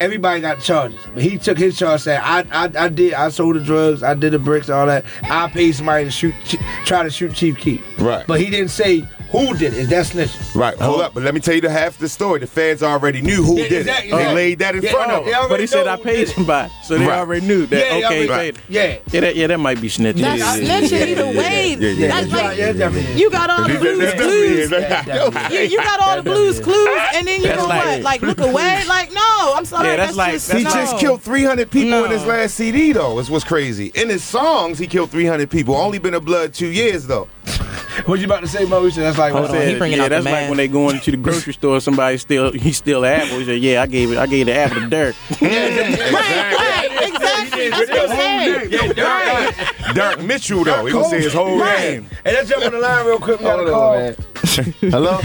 Speaker 1: everybody got charges, but he took his charge. Saying I, I, I did. I sold the drugs. I did the bricks, all that. I paid somebody to shoot, Chi- try to shoot Chief Keef.
Speaker 5: Right.
Speaker 1: But he didn't say who did it. Is that snitching?
Speaker 5: right, hold up. But let me tell you the half the story. The feds already knew who
Speaker 1: Yeah,
Speaker 5: did
Speaker 1: exactly,
Speaker 5: it. They
Speaker 1: exactly.
Speaker 5: laid that in
Speaker 1: Yeah,
Speaker 5: front of
Speaker 1: they
Speaker 5: them.
Speaker 1: already
Speaker 6: Uh, But he said
Speaker 1: know
Speaker 6: I
Speaker 1: who
Speaker 6: paid
Speaker 1: did it.
Speaker 6: somebody, so they
Speaker 5: Right.
Speaker 6: already knew that.
Speaker 1: Yeah, they
Speaker 6: okay,
Speaker 1: already-
Speaker 6: paid.
Speaker 1: Yeah.
Speaker 6: Yeah, that, yeah, that might be snitching.
Speaker 2: that's
Speaker 6: Yeah, yeah,
Speaker 2: snitching
Speaker 6: yeah,
Speaker 2: either
Speaker 6: yeah,
Speaker 2: way
Speaker 5: yeah, yeah,
Speaker 2: that's
Speaker 1: yeah.
Speaker 2: like
Speaker 1: Yeah, definitely.
Speaker 2: you got all the blues clues you, you got all the blues clues, and then you
Speaker 6: That's
Speaker 2: know
Speaker 6: like-
Speaker 2: what? Like look away. Like no, I'm sorry.
Speaker 6: Yeah, that's
Speaker 2: that's,
Speaker 6: like-
Speaker 2: just,
Speaker 5: He
Speaker 2: no.
Speaker 5: just killed 300 people in his
Speaker 2: No.
Speaker 5: last CD, though. Is what's crazy. In his songs, he killed 300 people. Only been a blood two years, though. Oh,
Speaker 1: What you about to say, Mo? You said that's like
Speaker 2: Hold
Speaker 6: I said,
Speaker 2: he bringing
Speaker 6: yeah,
Speaker 2: out the
Speaker 6: that's like
Speaker 2: man.
Speaker 6: when they going to the grocery store. Somebody still, he still an apple. He said, "Yeah, I gave it. I gave the apple to Dirk."
Speaker 2: Right, right, exactly.
Speaker 1: name.
Speaker 5: That's what
Speaker 1: That's his
Speaker 5: he
Speaker 1: name.
Speaker 5: said. Yeah, Dirk Mitchell though. He gonna say his whole
Speaker 1: Right.
Speaker 5: name.
Speaker 1: Hey, let's jump on the line real quick. We got a call.
Speaker 3: Hello?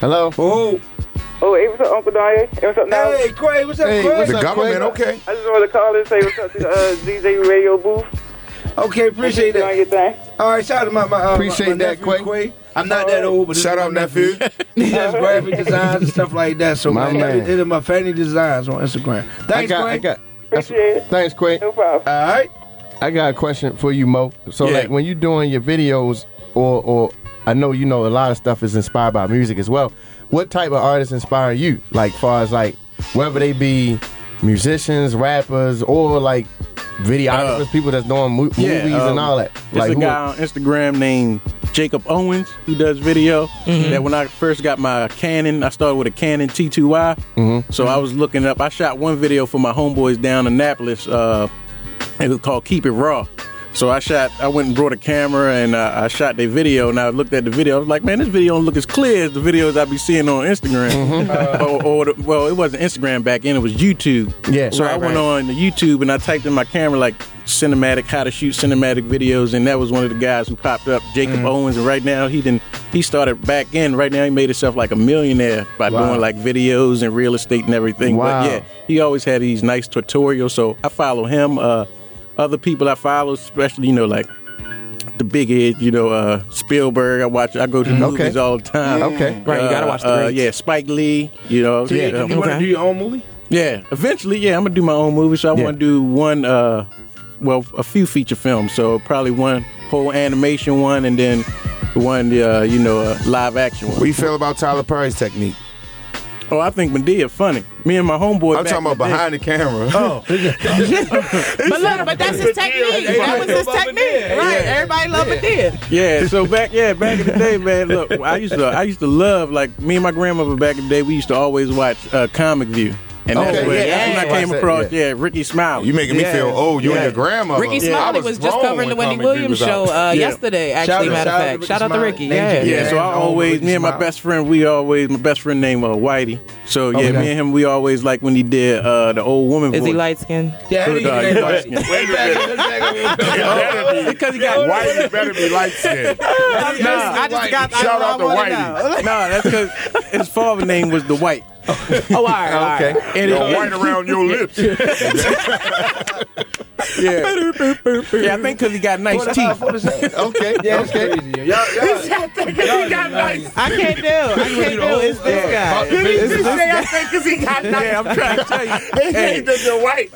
Speaker 3: Hello?
Speaker 1: Oh.
Speaker 12: Oh, hey, what's up, Uncle Danye? Hey, what's up, now?
Speaker 1: Hey, Quay, what's up,
Speaker 3: Hey,
Speaker 1: Quay?
Speaker 3: what's The up, government, Quay? okay.
Speaker 12: I just wanted to call and say what's up to the uh, DJ Radio booth.
Speaker 1: Okay, appreciate that.
Speaker 12: Doing your thing.
Speaker 1: All right, shout out to my, my, uh,
Speaker 12: Appreciate
Speaker 1: my, my
Speaker 12: that,
Speaker 1: nephew, Quay. I'm not that old, but shout out nephew. he does graphic designs and stuff like that. So
Speaker 3: My
Speaker 1: man,
Speaker 3: man.
Speaker 1: hit him up, Fanny Designs on Instagram. Thanks,
Speaker 3: I got,
Speaker 1: Quay.
Speaker 3: I got, that's- Thanks, Quay. No problem.
Speaker 1: All right.
Speaker 3: I got a question for you, Mo. So,
Speaker 1: Yeah.
Speaker 3: like, when you're doing your videos, or, or I know you know a lot of stuff is inspired by music as well. What type of artists inspire you? Like, far as like whether they be musicians, rappers, or like videographers, people that's doing mo- movies
Speaker 6: Uh, um,
Speaker 3: and all that.
Speaker 6: There's
Speaker 3: Like,
Speaker 6: a
Speaker 3: who-
Speaker 6: guy on Instagram named Jacob Owens who does video.
Speaker 2: Mm-hmm.
Speaker 3: Mhm.
Speaker 6: That when I first got my Canon, I started with a Canon T2i.
Speaker 3: Mhm.
Speaker 1: Mm-hmm.
Speaker 6: So I was looking up. I shot one video for my homeboys down in Annapolis. Uh, it was called Keep It Raw. So I shot. I went and brought a camera and uh, I shot their video. And I looked at the video. I was like, man, this video don't look as clear as the videos I be seeing on Instagram.
Speaker 3: Mm-hmm.
Speaker 6: Uh, or, or the, well, it wasn't Instagram back then. It was YouTube.
Speaker 3: Yeah.
Speaker 6: So I
Speaker 3: Right,
Speaker 6: went
Speaker 3: right.
Speaker 6: on on YouTube and I typed in my camera like cinematic, how to shoot cinematic videos, and that was one of the guys who popped up, Jacob
Speaker 3: Mm-hmm.
Speaker 6: Owens. And right now he didn't he started back in. Right now he made himself like a millionaire by
Speaker 3: Wow.
Speaker 6: doing like videos and real estate and everything.
Speaker 3: Wow.
Speaker 6: But yeah, he always had these nice tutorials. So I follow him. Uh, other people I follow, especially you know like. The big head, you know, uh, Spielberg. I watch. I go to the
Speaker 3: Mm-hmm. Okay.
Speaker 6: movies all the time.
Speaker 3: Okay. Right, you gotta watch the
Speaker 6: uh,
Speaker 3: greats.
Speaker 6: yeah, Spike Lee. You know,
Speaker 1: So you,
Speaker 6: yeah,
Speaker 1: you want to do your own movie?
Speaker 6: yeah, eventually, yeah, I'm gonna do my own movie. So I want to do one, uh, well, a few feature films. So probably one whole animation one, and then one, uh, you know, uh, live action one.
Speaker 5: What do you feel about Tyler Perry's technique?
Speaker 6: Oh, I think Medea funny. Me and my homeboy.
Speaker 5: I'm
Speaker 6: back
Speaker 5: talking about
Speaker 6: in day-
Speaker 5: behind the camera.
Speaker 1: Oh,
Speaker 2: But look, but that's his technique. That was his technique, right? Everybody love Medea.
Speaker 6: Yeah, so back yeah, back in the day, man. Look, I used to I used to love like me and my grandmother back in the day. We used to always watch uh, Comic View, and that's
Speaker 5: Okay,
Speaker 6: where
Speaker 5: yeah,
Speaker 6: that's
Speaker 5: yeah,
Speaker 6: when I
Speaker 5: yeah.
Speaker 6: came
Speaker 5: Watch that,
Speaker 6: across. Yeah. Ricky Smiley.
Speaker 5: You making me feel old. You and your grandmother.
Speaker 2: Ricky
Speaker 5: Yeah. I
Speaker 2: Smiley was, just
Speaker 5: grown
Speaker 2: covering the
Speaker 5: when
Speaker 2: Wendy
Speaker 5: Comic View
Speaker 2: Williams
Speaker 5: was
Speaker 2: show
Speaker 5: out.
Speaker 2: uh,
Speaker 6: Yeah.
Speaker 2: yesterday. Actually, matter
Speaker 1: out-
Speaker 2: of
Speaker 1: shout out
Speaker 2: fact,
Speaker 1: to
Speaker 2: shout out to
Speaker 1: Ricky
Speaker 2: Ricky.
Speaker 1: Smiley.
Speaker 2: Yeah,
Speaker 1: Thank you.
Speaker 6: Yeah, so I
Speaker 1: Yeah,
Speaker 6: always, me and my
Speaker 1: smile.
Speaker 6: best friend, we always, my best friend named uh, Whitey. So yeah,
Speaker 1: Okay.
Speaker 6: me and him, we always like when he did uh, the old woman
Speaker 2: Is
Speaker 6: voice.
Speaker 2: he light skinned?
Speaker 1: Yeah, I
Speaker 6: Good
Speaker 1: didn't get
Speaker 6: God,
Speaker 1: that
Speaker 6: you
Speaker 1: right.
Speaker 6: light-skinned.
Speaker 1: Way back in the day.
Speaker 6: because he got
Speaker 5: Why you better be light skinned?
Speaker 2: I just got. I
Speaker 5: Shout
Speaker 2: don't
Speaker 5: out to
Speaker 2: know, I
Speaker 5: Whitey.
Speaker 2: wanna know.
Speaker 6: Nah, that's because his father name was the White.
Speaker 2: Oh, all right, all right.
Speaker 3: okay.
Speaker 6: And
Speaker 5: You're
Speaker 6: it-
Speaker 5: white around your lips.
Speaker 6: yeah. yeah, I think because he got nice teeth.
Speaker 3: okay.
Speaker 1: Yeah, that's
Speaker 3: okay.
Speaker 1: crazy. Y'all, y'all,
Speaker 2: I can't do. I can't do. It's this guy.
Speaker 6: Yeah, I'm trying to tell you. Hey,
Speaker 2: Look,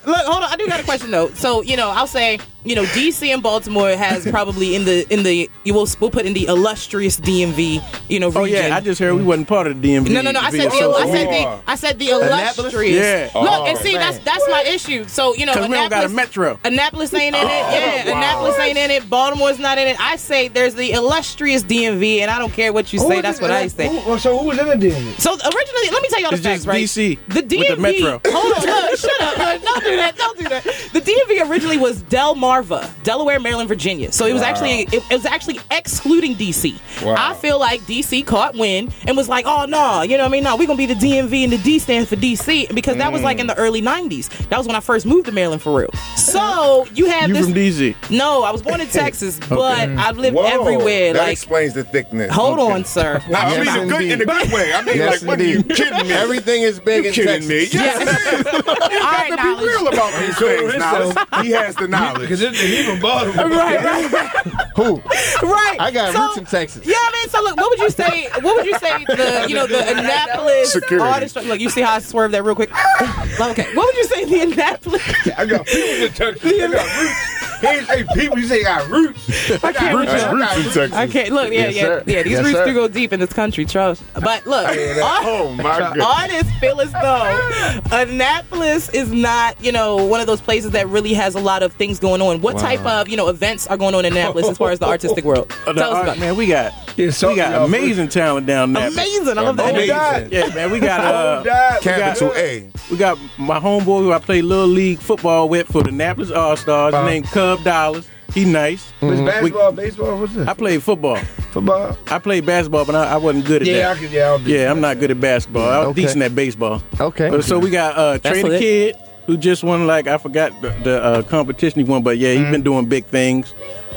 Speaker 2: hold on. I do got a question though. So you know, I'll say you know, DC and Baltimore has probably in the in the you will we'll put in the illustrious DMV. You know, region.
Speaker 6: oh yeah, I just heard we wasn't part of the DMV.
Speaker 2: No, no, no. I said the,
Speaker 6: So-
Speaker 2: I said
Speaker 5: are.
Speaker 2: the, I said the illustrious.
Speaker 6: Yeah. Oh,
Speaker 2: Look and see, that's that's my issue. So you know,
Speaker 6: 'Cause we don't got a
Speaker 2: Annapolis,
Speaker 6: metro. Oh,
Speaker 2: Annapolis ain't in it. Yeah, Annapolis ain't in it. Baltimore's not in it. I say there's the illustrious DMV, and I don't care what you
Speaker 1: who
Speaker 2: say.
Speaker 1: was
Speaker 2: That's
Speaker 1: it-
Speaker 2: what I
Speaker 1: who-
Speaker 2: say.
Speaker 1: who- So who was in the deal?
Speaker 2: So originally, let me tell y'all the
Speaker 6: It's
Speaker 2: facts,
Speaker 6: just
Speaker 2: right?
Speaker 6: DC
Speaker 2: the
Speaker 6: with the
Speaker 2: DMV.
Speaker 6: Metro.
Speaker 2: Hold on, look, shut up! look, Don't do that! Don't do that! The DMV originally was Delmarva, Delaware, Maryland, Virginia. So it was actually it, it was actually excluding DC.
Speaker 5: Wow.
Speaker 2: I feel like DC caught wind and was like, oh no, you know what I mean? No, we're gonna be the DMV, and the D stands for DC and because that was like in
Speaker 6: Mm.
Speaker 2: the early '90s. That was when I first moved to Maryland for real. So you have
Speaker 6: you
Speaker 2: this.
Speaker 6: from DZ?
Speaker 2: no, I was born in Texas, but I've lived
Speaker 5: Whoa,
Speaker 2: everywhere.
Speaker 5: That
Speaker 2: like,
Speaker 5: explains the thickness.
Speaker 2: hold on, sir.
Speaker 5: No, I
Speaker 3: Yes,
Speaker 5: mean, the good, in a good way. I mean,
Speaker 3: Yes,
Speaker 5: like, what are you
Speaker 3: indeed.
Speaker 5: kidding me?
Speaker 3: Everything is big
Speaker 5: You
Speaker 3: in Texas.
Speaker 5: kidding me? Yes,
Speaker 2: All right,
Speaker 5: to be
Speaker 2: knowledge.
Speaker 5: real about these things, knowledge. He has the knowledge.
Speaker 1: Because he from Baltimore.
Speaker 2: Right, right,
Speaker 3: Who?
Speaker 2: right.
Speaker 3: I got
Speaker 2: So-
Speaker 3: roots in Texas.
Speaker 2: Yeah, I mean, so look, what would you say? What would you say? The you know the Annapolis
Speaker 5: Security.
Speaker 2: artist. Look, you see how I swerved that real quick. okay, what would you say the Annapolis?
Speaker 1: I got people in Texas. I got roots. He ain't say people, he say I got roots. I got
Speaker 2: with
Speaker 1: I
Speaker 2: y'all.
Speaker 1: got
Speaker 5: Roots in Texas.
Speaker 2: I can't look. Yeah,
Speaker 3: Yes,
Speaker 2: yeah,
Speaker 3: sir.
Speaker 2: yeah. These
Speaker 3: Yes,
Speaker 2: roots
Speaker 3: sir.
Speaker 2: do go deep in this country, trust. But look, art-
Speaker 5: Oh my goodness.
Speaker 2: artists feel as though Annapolis is not, you know, one of those places that really has a lot of things going on. What type of, you know, events are going on in Annapolis as far as the artistic world?
Speaker 6: Oh, the
Speaker 2: Tell us
Speaker 6: art-
Speaker 2: about
Speaker 6: man, we got
Speaker 1: Yeah, so-
Speaker 6: we got
Speaker 1: y'all-
Speaker 6: amazing talent down there.
Speaker 2: Amazing. I love that.
Speaker 1: Amazing.
Speaker 6: Yeah, man, we got uh,
Speaker 1: Oh, God.
Speaker 5: Capital A.
Speaker 6: We got my homeboy who I play little league football with for the Annapolis All Stars. His
Speaker 1: Wow.
Speaker 6: name Cub Dollars. He nice.
Speaker 3: Mm-hmm.
Speaker 6: We-
Speaker 1: It's Uh-huh. basketball, baseball, what's this?
Speaker 6: I played football.
Speaker 1: Football?
Speaker 6: I played basketball, but I, I wasn't good at
Speaker 1: Yeah, I
Speaker 6: that.
Speaker 1: can, yeah, I'll do
Speaker 6: yeah, I'm not good at basketball. I was
Speaker 3: Okay.
Speaker 6: decent at baseball.
Speaker 3: Okay.
Speaker 6: But, so we got uh, Trey the
Speaker 2: lit.
Speaker 6: Kid, who just won like I forgot the, the uh, competition he won, but yeah, he's
Speaker 3: Mm-hmm.
Speaker 6: been doing big things.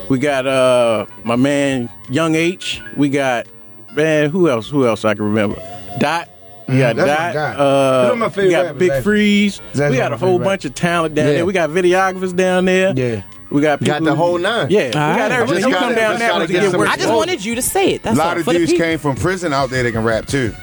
Speaker 6: We got uh my man Young H. We got man who else? Who else I can remember? Dot.
Speaker 3: Mm-hmm.
Speaker 6: We got
Speaker 1: Mm, that's
Speaker 6: Dot.
Speaker 1: Dot.
Speaker 6: Uh,
Speaker 1: Those are my favorite
Speaker 6: we got
Speaker 1: rappers,
Speaker 6: Big
Speaker 1: actually.
Speaker 6: Freeze.
Speaker 1: That's
Speaker 6: we
Speaker 1: one
Speaker 6: got a
Speaker 1: of my
Speaker 6: whole
Speaker 1: favorite
Speaker 6: bunch of talent down
Speaker 1: Yeah.
Speaker 6: there. We got videographers down there.
Speaker 1: Yeah.
Speaker 6: We got people
Speaker 3: Got the whole
Speaker 6: nine.
Speaker 3: nine.
Speaker 6: Yeah, we
Speaker 3: Alright.
Speaker 6: got everything.
Speaker 3: Just
Speaker 6: You
Speaker 3: gotta-
Speaker 6: come down
Speaker 3: just
Speaker 6: there
Speaker 3: gotta
Speaker 6: to
Speaker 3: get
Speaker 6: get
Speaker 3: some-
Speaker 6: work.
Speaker 2: I just wanted you to say it. That's
Speaker 5: a lot
Speaker 2: all.
Speaker 5: of
Speaker 2: For the
Speaker 5: dudes
Speaker 2: people.
Speaker 5: came from prison out there that can rap too.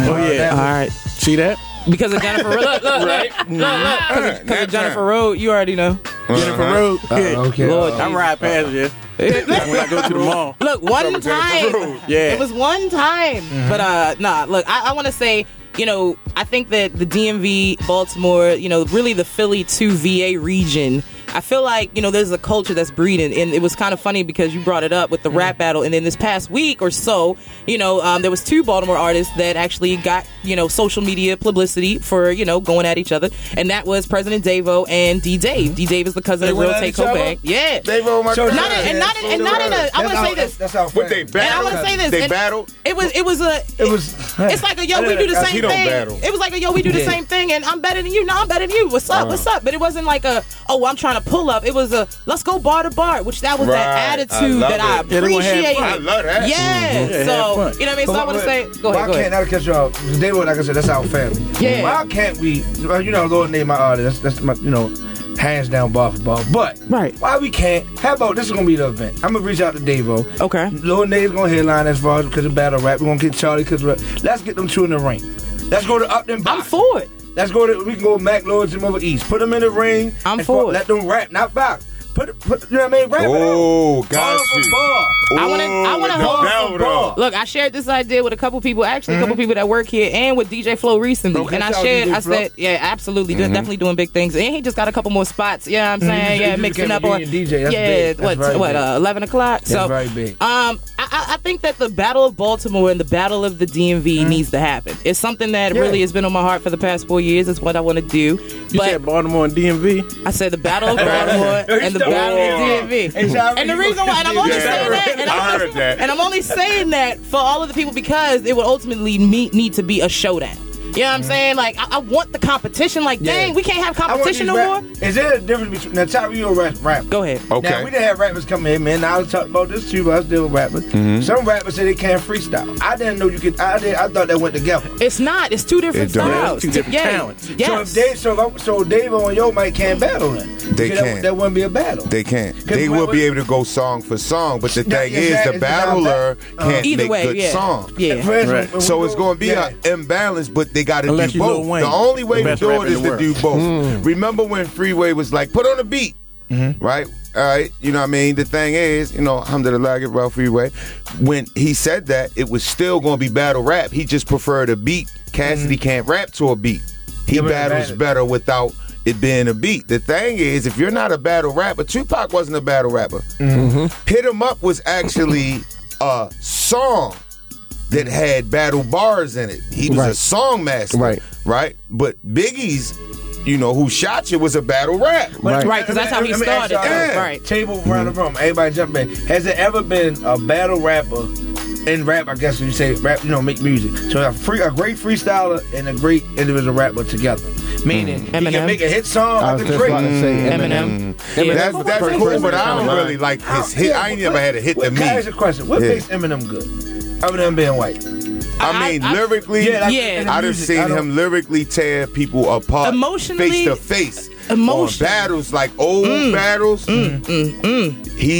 Speaker 6: Oh yeah.
Speaker 2: All right.
Speaker 6: See that?
Speaker 2: Because of Jennifer Rhodes. Look, look,
Speaker 5: Right.
Speaker 2: look, look, look. Because of
Speaker 5: Nap
Speaker 2: Jennifer Rhodes, you already know.
Speaker 6: Jennifer Rhodes. Yeah.
Speaker 1: okay.
Speaker 2: Uh-huh. Uh, Lord,
Speaker 6: I'm riding past you when I go to the mall.
Speaker 2: Look, one time.
Speaker 6: Yeah.
Speaker 2: It was one time. But uh nah, look, I, I wanna say, you know, I think that the DMV, Baltimore, you know, really the Philly to VA region, I feel like, you know, there's a culture that's breeding. And it was kind of funny because you brought it up with the rap battle. And then this past week or so, you know, um, there was two Baltimore artists that actually got, you know, social media publicity for, you know, going at each other. And that was President Davo and D Dave. D Dave is the cousin
Speaker 1: They
Speaker 2: of
Speaker 1: went
Speaker 2: Real
Speaker 1: at
Speaker 2: Tay
Speaker 1: each other?
Speaker 2: Cobain. Yeah.
Speaker 5: They roll my
Speaker 1: So
Speaker 5: crowd.
Speaker 2: Not in- and not in- and not in a- I
Speaker 1: That's
Speaker 2: wanna
Speaker 1: how-
Speaker 2: say this.
Speaker 1: That's how.
Speaker 5: But they
Speaker 1: friends.
Speaker 5: battle.
Speaker 2: And I want to say this.
Speaker 5: They
Speaker 2: and
Speaker 5: battle.
Speaker 2: It was. It was a.
Speaker 1: It was.
Speaker 2: It's like a yo, we do the
Speaker 5: He
Speaker 2: same
Speaker 5: don't
Speaker 2: thing.
Speaker 5: battle.
Speaker 2: It was like a yo, we do the
Speaker 1: Yeah.
Speaker 2: same thing, and I'm better than you. No, I'm better than you. What's up?
Speaker 5: Uh-huh.
Speaker 2: What's up? But it wasn't like a oh, I'm trying to pull up. It was a let's go bar to bar, which that was that
Speaker 5: Right. I
Speaker 2: attitude
Speaker 5: love
Speaker 2: that I
Speaker 5: it. Yeah,
Speaker 6: they wanna have
Speaker 2: appreciate.
Speaker 6: fun.
Speaker 5: I love that.
Speaker 2: Yeah.
Speaker 6: Mhm. Yeah, have
Speaker 2: So
Speaker 6: fun.
Speaker 2: you know what I mean. So I want to say, go ahead.
Speaker 1: Why
Speaker 2: Go ahead.
Speaker 1: can't I catch y'all? They were like I said, that's our family.
Speaker 2: Yeah.
Speaker 1: Why can't we? well, You know, Lord name my artist. That's, that's my you know, hands down bar for bar. But
Speaker 2: Right.
Speaker 1: Why we can't? How about this is gonna be the event? I'm gonna reach out to Davo.
Speaker 2: Okay.
Speaker 1: Lord Name's gonna headline as far as because of battle rap. We're gonna get Charlie because let's get them two in the ring. Let's go to Upton.
Speaker 2: I'm
Speaker 1: Box.
Speaker 2: for it.
Speaker 1: Let's go to we can go Mac Lords and over East. Put them in the ring.
Speaker 2: I'm
Speaker 1: and
Speaker 2: for
Speaker 1: fu-
Speaker 2: it.
Speaker 1: Let them rap, not box. Put, put you know what I mean? Rap it
Speaker 5: Oh,
Speaker 1: out.
Speaker 5: got
Speaker 1: Bar for
Speaker 5: you. Oh,
Speaker 1: bar.
Speaker 2: I wanna- I wanna
Speaker 5: Ooh, the
Speaker 2: hold-
Speaker 5: bell
Speaker 1: Ball.
Speaker 5: though.
Speaker 2: Look, I shared this idea with a couple people, actually a couple
Speaker 1: Mm-hmm.
Speaker 2: people that work here, and with DJ Flow recently.
Speaker 1: Okay,
Speaker 2: and I
Speaker 1: shout out
Speaker 2: shared,
Speaker 1: DJ
Speaker 2: I
Speaker 1: Flo. Mm-hmm.
Speaker 2: said, yeah, absolutely, de- definitely doing big things. And he just got a couple more spots. Yeah, I'm saying,
Speaker 1: He
Speaker 2: yeah,
Speaker 1: Mm-hmm. just
Speaker 2: mixing
Speaker 1: became
Speaker 2: up
Speaker 1: a
Speaker 2: on
Speaker 1: union DJ. That's
Speaker 2: yeah,
Speaker 1: big. That's
Speaker 2: what
Speaker 1: very
Speaker 2: what
Speaker 1: big.
Speaker 2: uh, eleven o'clock. so
Speaker 1: very big.
Speaker 2: Um, I- I, I think that the battle of Baltimore and the battle of the DMV needs to happen. It's something that
Speaker 1: Yeah.
Speaker 2: really has been on my heart for the past four years. It's what I want to do.
Speaker 6: You
Speaker 2: but
Speaker 6: said Baltimore and DMV.
Speaker 2: I said the battle of Baltimore and the battle of DMV.
Speaker 1: And y'all
Speaker 2: And the
Speaker 1: really
Speaker 2: reason why, and I'm
Speaker 1: gonna
Speaker 2: only
Speaker 1: get
Speaker 2: saying
Speaker 1: that
Speaker 2: that, and
Speaker 5: I
Speaker 2: I'm,
Speaker 5: heard that.
Speaker 2: and I'm only saying that for all of the people because it would ultimately meet, need to be a showdown. You know what I'm saying? Like, I, I want the competition. Like,
Speaker 1: Yeah.
Speaker 2: dang, we can't have
Speaker 1: I want
Speaker 2: competition
Speaker 1: these
Speaker 2: no more.
Speaker 1: rap- Is there a difference between now? Tyra, you a rap, rapper?
Speaker 2: Go ahead.
Speaker 5: Okay.
Speaker 1: Now we didn't have rappers come in, man. Now I was talking about this too, but I was dealing with rappers.
Speaker 5: Mm-hmm.
Speaker 1: Some rappers say they can't freestyle. I didn't know you could. I did. I thought that went together.
Speaker 2: It's not. It's two different
Speaker 5: It don't.
Speaker 2: styles.
Speaker 6: Two different
Speaker 2: yeah.
Speaker 6: talents.
Speaker 2: Yes.
Speaker 1: So if they, so if I- so Dave on your mic can't battle then.
Speaker 5: They
Speaker 1: Because that-
Speaker 5: can't.
Speaker 1: That wouldn't be a battle.
Speaker 5: They can't.
Speaker 1: Cause
Speaker 5: They
Speaker 1: what-
Speaker 5: will be able
Speaker 1: what-
Speaker 5: to go song for song, but the
Speaker 1: Yeah,
Speaker 5: thing
Speaker 1: yeah,
Speaker 5: is,
Speaker 1: that
Speaker 5: the
Speaker 1: is not
Speaker 5: battler
Speaker 1: bad. Uh-huh.
Speaker 5: can't
Speaker 2: Either
Speaker 5: make
Speaker 2: way,
Speaker 5: good
Speaker 2: yeah.
Speaker 5: song.
Speaker 2: Yeah.
Speaker 1: For instance,
Speaker 6: Right.
Speaker 1: when we
Speaker 5: So it's
Speaker 1: go-
Speaker 5: going to be
Speaker 1: yeah.
Speaker 5: an imbalance, but they got to
Speaker 6: Unless
Speaker 5: do
Speaker 6: you Lil
Speaker 5: both.
Speaker 6: Wayne,
Speaker 5: the only way
Speaker 6: the
Speaker 5: to
Speaker 6: best
Speaker 5: do
Speaker 6: rapper
Speaker 5: it
Speaker 6: in
Speaker 5: is
Speaker 6: the
Speaker 5: to
Speaker 6: world.
Speaker 5: do both.
Speaker 1: Hmm.
Speaker 5: Remember when Freeway was like, put on a beat,
Speaker 1: Mm-hmm.
Speaker 5: right? All right, you know what I mean? The thing is, you know, alhamdulillah, get about Freeway. When he said that, it was still going to be battle rap. He just preferred a beat. Cassidy can't rap to a beat. He
Speaker 1: Mm-hmm. Yeah, but it
Speaker 5: battles
Speaker 1: mattered.
Speaker 5: better without it being a beat. The thing is, if you're not a battle rapper, Tupac wasn't a battle rapper.
Speaker 3: Mm-hmm.
Speaker 5: Hit 'em Up was actually a song that had battle bars in it. He was a
Speaker 3: Right.
Speaker 5: song master.
Speaker 3: Right.
Speaker 5: Right? But Biggie's, you know, who shot you was a battle rap.
Speaker 3: Right.
Speaker 2: Right, because that's how he
Speaker 1: Let me ask
Speaker 2: started.
Speaker 1: y'all this.
Speaker 2: though. Right.
Speaker 1: Table around the room. Everybody jump in. Has there ever been a battle rapper in rap? I guess you say rap, you know, make music. So a free, a great freestyler and a great individual rapper together. Meaning, he
Speaker 2: Eminem.
Speaker 1: can make a hit song.
Speaker 3: I
Speaker 1: I
Speaker 3: was
Speaker 1: can
Speaker 3: just about to
Speaker 1: Drake.
Speaker 3: say Eminem.
Speaker 2: Eminem.
Speaker 3: Yeah.
Speaker 5: That's
Speaker 3: But
Speaker 5: that's
Speaker 3: what-
Speaker 5: cool,
Speaker 3: what-
Speaker 5: but I don't
Speaker 3: what-
Speaker 5: really like his hit. I ain't never had a hit
Speaker 1: what,
Speaker 5: to me.
Speaker 1: Can I ask you a question? What
Speaker 5: Yeah.
Speaker 1: makes Eminem good? Other than being white.
Speaker 5: I mean,
Speaker 2: I- I-
Speaker 5: lyrically,
Speaker 1: Yeah, like,
Speaker 2: Yeah.
Speaker 1: in the
Speaker 5: I done
Speaker 1: music,
Speaker 5: seen
Speaker 1: I don't-
Speaker 5: him lyrically tear people apart,
Speaker 2: Emotionally-
Speaker 5: face to face,
Speaker 2: Emotion. Mm.
Speaker 5: on battles like old battles. He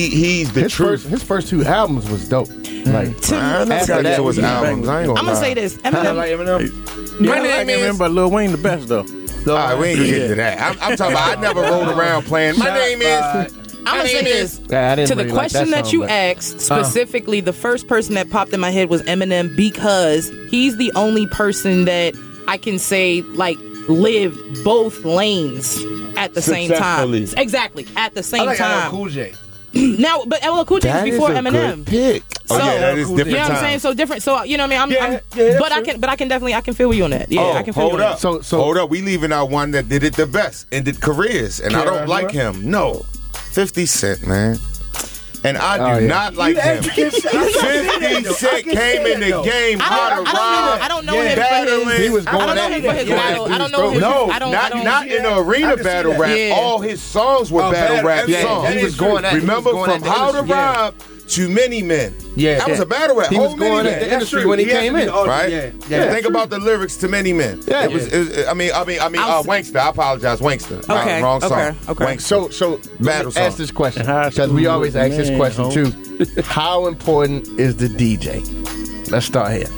Speaker 5: he's the
Speaker 3: His
Speaker 5: truth.
Speaker 3: first, his first two albums was dope. Like
Speaker 2: To-
Speaker 5: I
Speaker 2: I'm
Speaker 5: never got
Speaker 3: that,
Speaker 5: into his
Speaker 3: he-
Speaker 5: albums. I ain't gonna
Speaker 2: gonna
Speaker 5: lie.
Speaker 2: say this.
Speaker 1: I don't
Speaker 2: Eminem.
Speaker 1: like Eminem.
Speaker 6: Yeah,
Speaker 5: My
Speaker 6: I
Speaker 5: name
Speaker 6: can
Speaker 5: is-
Speaker 6: remember Lil Wayne the best though.
Speaker 5: All right, we ain't gonna get into that. I'm, I'm talking about I never rolled around playing. My name is.
Speaker 2: I'm gonna say this.
Speaker 3: Yeah, I didn't
Speaker 2: to the
Speaker 3: really like
Speaker 2: question
Speaker 3: that
Speaker 2: that,
Speaker 3: song,
Speaker 2: you
Speaker 3: but-
Speaker 2: asked specifically, the first person that popped in my head was Eminem because he's the only person that I can say like lived both lanes at the same time.
Speaker 5: Successfully.
Speaker 2: Exactly at the
Speaker 1: I
Speaker 2: same
Speaker 1: like LL
Speaker 2: time.
Speaker 1: Cool J.
Speaker 2: Now, but LL Cool J
Speaker 3: That
Speaker 2: is
Speaker 3: is
Speaker 2: before
Speaker 3: a
Speaker 2: Eminem.
Speaker 3: good pick.
Speaker 2: So-
Speaker 5: Oh yeah, that is
Speaker 1: Cool
Speaker 5: different.
Speaker 2: You know what I'm
Speaker 5: time.
Speaker 2: saying? So different. So you know what I mean. I'm,
Speaker 1: Yeah,
Speaker 2: I'm
Speaker 1: yeah, that's
Speaker 2: but I
Speaker 1: true.
Speaker 2: can, but I can definitely, I can feel you on that. Yeah,
Speaker 5: Oh,
Speaker 2: I can feel
Speaker 5: hold
Speaker 2: you on
Speaker 5: up.
Speaker 2: that.
Speaker 3: So- so-
Speaker 5: hold up. We leaving out one that did it the best, ended careers, and I
Speaker 1: Can't
Speaker 5: don't
Speaker 1: remember.
Speaker 5: like him. No, Fifty Cent, man. And I do
Speaker 3: Oh, yeah.
Speaker 5: not like
Speaker 3: You
Speaker 5: him.
Speaker 3: educated- I can see that, though. I
Speaker 5: 50 Cent
Speaker 3: can see
Speaker 5: came
Speaker 3: that,
Speaker 5: in the
Speaker 3: though.
Speaker 5: game
Speaker 3: I don't-
Speaker 5: hot
Speaker 3: I don't
Speaker 5: and
Speaker 3: even-
Speaker 5: raw,
Speaker 3: I don't know him for his-
Speaker 5: battling.
Speaker 3: He was I don't going know at him for it. his Yeah, battle- he I was don't know throwing- him for-
Speaker 5: No,
Speaker 3: I don't- I
Speaker 5: not
Speaker 3: don't-
Speaker 5: not in
Speaker 3: yeah.
Speaker 5: the
Speaker 3: I
Speaker 5: arena
Speaker 3: can see
Speaker 5: battle
Speaker 3: that.
Speaker 5: rap.
Speaker 3: Yeah.
Speaker 5: All his songs were
Speaker 3: Oh,
Speaker 5: battle
Speaker 3: battle-
Speaker 5: rap
Speaker 3: yeah,
Speaker 5: songs.
Speaker 3: that He is was true. going at- he
Speaker 5: Remember
Speaker 3: was going
Speaker 5: from
Speaker 3: at the
Speaker 5: How to
Speaker 3: industry, yeah.
Speaker 5: Rob to Many Men.
Speaker 3: Yeah.
Speaker 5: that was
Speaker 3: Yeah.
Speaker 5: a battle rap.
Speaker 3: He was
Speaker 5: Whole Many
Speaker 3: going at
Speaker 5: Men.
Speaker 3: the industry when he
Speaker 5: has
Speaker 3: came
Speaker 5: to be
Speaker 3: in.
Speaker 5: the artist,
Speaker 3: Right?
Speaker 5: Yeah,
Speaker 3: Yeah.
Speaker 5: Think about the lyrics to Many Men.
Speaker 3: Yeah.
Speaker 5: it was. It was I mean, I mean, I mean, uh, Wankster. I apologize, Wankster. Uh,
Speaker 3: Okay,
Speaker 5: wrong song.
Speaker 3: okay, okay.
Speaker 5: Wankster.
Speaker 3: So- so
Speaker 5: battle song.
Speaker 3: Ask this question because we always ask this
Speaker 5: oh.
Speaker 3: question too. How important is the DJ? Let's start here.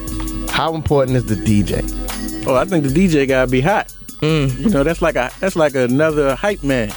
Speaker 3: How important is the DJ?
Speaker 6: Oh, I think the DJ gotta be hot. You know, that's like a that's like another hype man,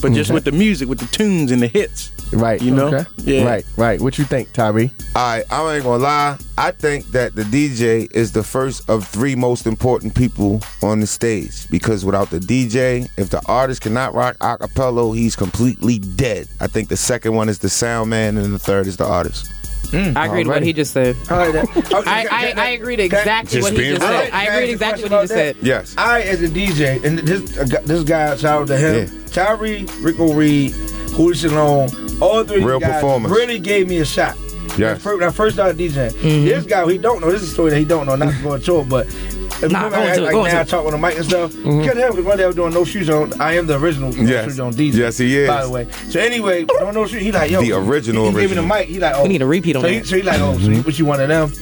Speaker 6: but just
Speaker 5: Mm-hmm.
Speaker 3: Okay.
Speaker 6: with the music, with the tunes and the hits.
Speaker 3: Right.
Speaker 6: You know?
Speaker 3: Okay.
Speaker 6: Yeah.
Speaker 3: Right. Right. What you think, Tyree?
Speaker 5: All right, I ain't gonna lie. I think that the DJ is the first of three most important people on the stage because without the DJ, if the artist cannot rock a cappella, he's completely dead. I think the second one is the sound man, and the third is the artist.
Speaker 2: Mm, I agreed with what he just said. I, I, I agreed exactly what
Speaker 5: Just
Speaker 2: he
Speaker 5: being
Speaker 2: just
Speaker 5: real.
Speaker 2: said. I
Speaker 1: Can
Speaker 2: agreed
Speaker 1: ask you a
Speaker 2: exactly what
Speaker 1: question
Speaker 2: he just said.
Speaker 1: about
Speaker 5: that? Yes.
Speaker 1: I, as a DJ, and this uh, gu- this guy, shout out to him, Tyree, Rico Reed, Hootie Shalom, all three
Speaker 5: Real
Speaker 1: guys
Speaker 5: performers.
Speaker 1: really gave me a shot.
Speaker 5: Yes.
Speaker 1: When I fir- when I first started DJing,
Speaker 2: Mm-hmm.
Speaker 1: this guy he don't know. This is a story that he don't know. Not going to it, but. If
Speaker 2: Nah,
Speaker 1: you
Speaker 2: go into
Speaker 1: act
Speaker 2: it,
Speaker 1: like
Speaker 2: go into
Speaker 1: now I
Speaker 2: it. Mm-hmm.
Speaker 1: talk on the mic and stuff. Cut him because one day I was doing no shoes on. I am the original
Speaker 5: Yes.
Speaker 1: no shoes on DJ.
Speaker 5: Yes, he is.
Speaker 1: By the way. So anyway, no no shoes. He like yo.
Speaker 5: The original,
Speaker 1: He, he gave me the
Speaker 5: original. Mm-hmm.
Speaker 1: mic. He like oh.
Speaker 2: We need a repeat on
Speaker 1: so He,
Speaker 2: that.
Speaker 1: so he like oh. So you, what you one of them?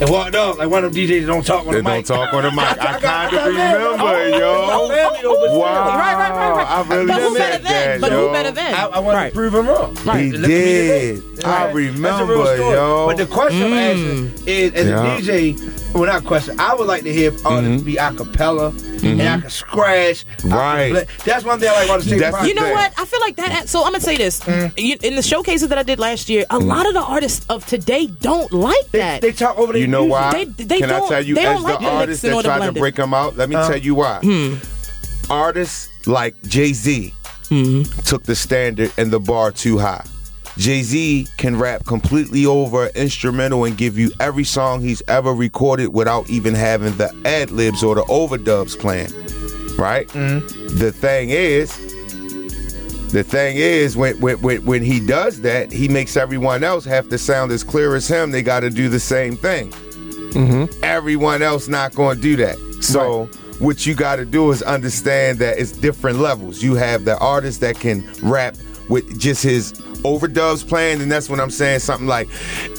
Speaker 1: And walked up like one of them DJs that don't talk on
Speaker 5: They
Speaker 1: the mic.
Speaker 5: don't talk on the mic. I kind of
Speaker 1: got mad.
Speaker 5: remember,
Speaker 1: Oh,
Speaker 5: yo.
Speaker 1: family though, but still.
Speaker 5: Wow.
Speaker 1: Right, right, right, right.
Speaker 5: I really
Speaker 1: But who
Speaker 5: meant
Speaker 1: better
Speaker 5: that,
Speaker 1: than? But who
Speaker 5: yo.
Speaker 1: better than? I, I wanted to prove him wrong.
Speaker 5: He
Speaker 1: Let me be
Speaker 5: did.
Speaker 1: the
Speaker 5: I
Speaker 1: Right. That's a
Speaker 5: remember,
Speaker 1: real story.
Speaker 5: yo.
Speaker 1: But the question I'm
Speaker 6: Mm.
Speaker 1: asking is, as
Speaker 5: Yeah.
Speaker 1: a DJ, well, not question. I would like to hear artists
Speaker 3: Mm-hmm.
Speaker 1: be a cappella, and I can scratch. I can
Speaker 5: Right.
Speaker 1: blend. That's one thing I like about the
Speaker 5: That's
Speaker 1: same
Speaker 2: You know what? I feel like that. So I'm gonna say this: You- in the showcases that I did last year, a lot of the artists of today don't like that.
Speaker 1: They, talk over
Speaker 5: You know why?
Speaker 2: They, they
Speaker 5: Can
Speaker 2: don't,
Speaker 5: I tell you,
Speaker 2: they
Speaker 5: as
Speaker 2: don't like
Speaker 5: the
Speaker 2: the
Speaker 5: artist
Speaker 2: mixing
Speaker 5: that
Speaker 2: or the Hmm.
Speaker 5: tried to
Speaker 2: blending.
Speaker 5: break them out, let me tell you why. Artists like Jay Z
Speaker 2: Mm-hmm.
Speaker 5: took the standard and the bar too high. Jay Z can rap completely over an instrumental and give you every song he's ever recorded without even having the ad libs or the overdubs playing. Right?
Speaker 2: Mm-hmm.
Speaker 5: The thing is, the thing is, when, when when when he does that, he makes everyone else have to sound as clear as him. They got to do the same thing.
Speaker 3: Mm-hmm.
Speaker 5: Everyone else not going to do that. So what you got to do is understand that it's different levels. You have the artist that can rap with just his overdubs playing, and that's what I'm saying. Something like,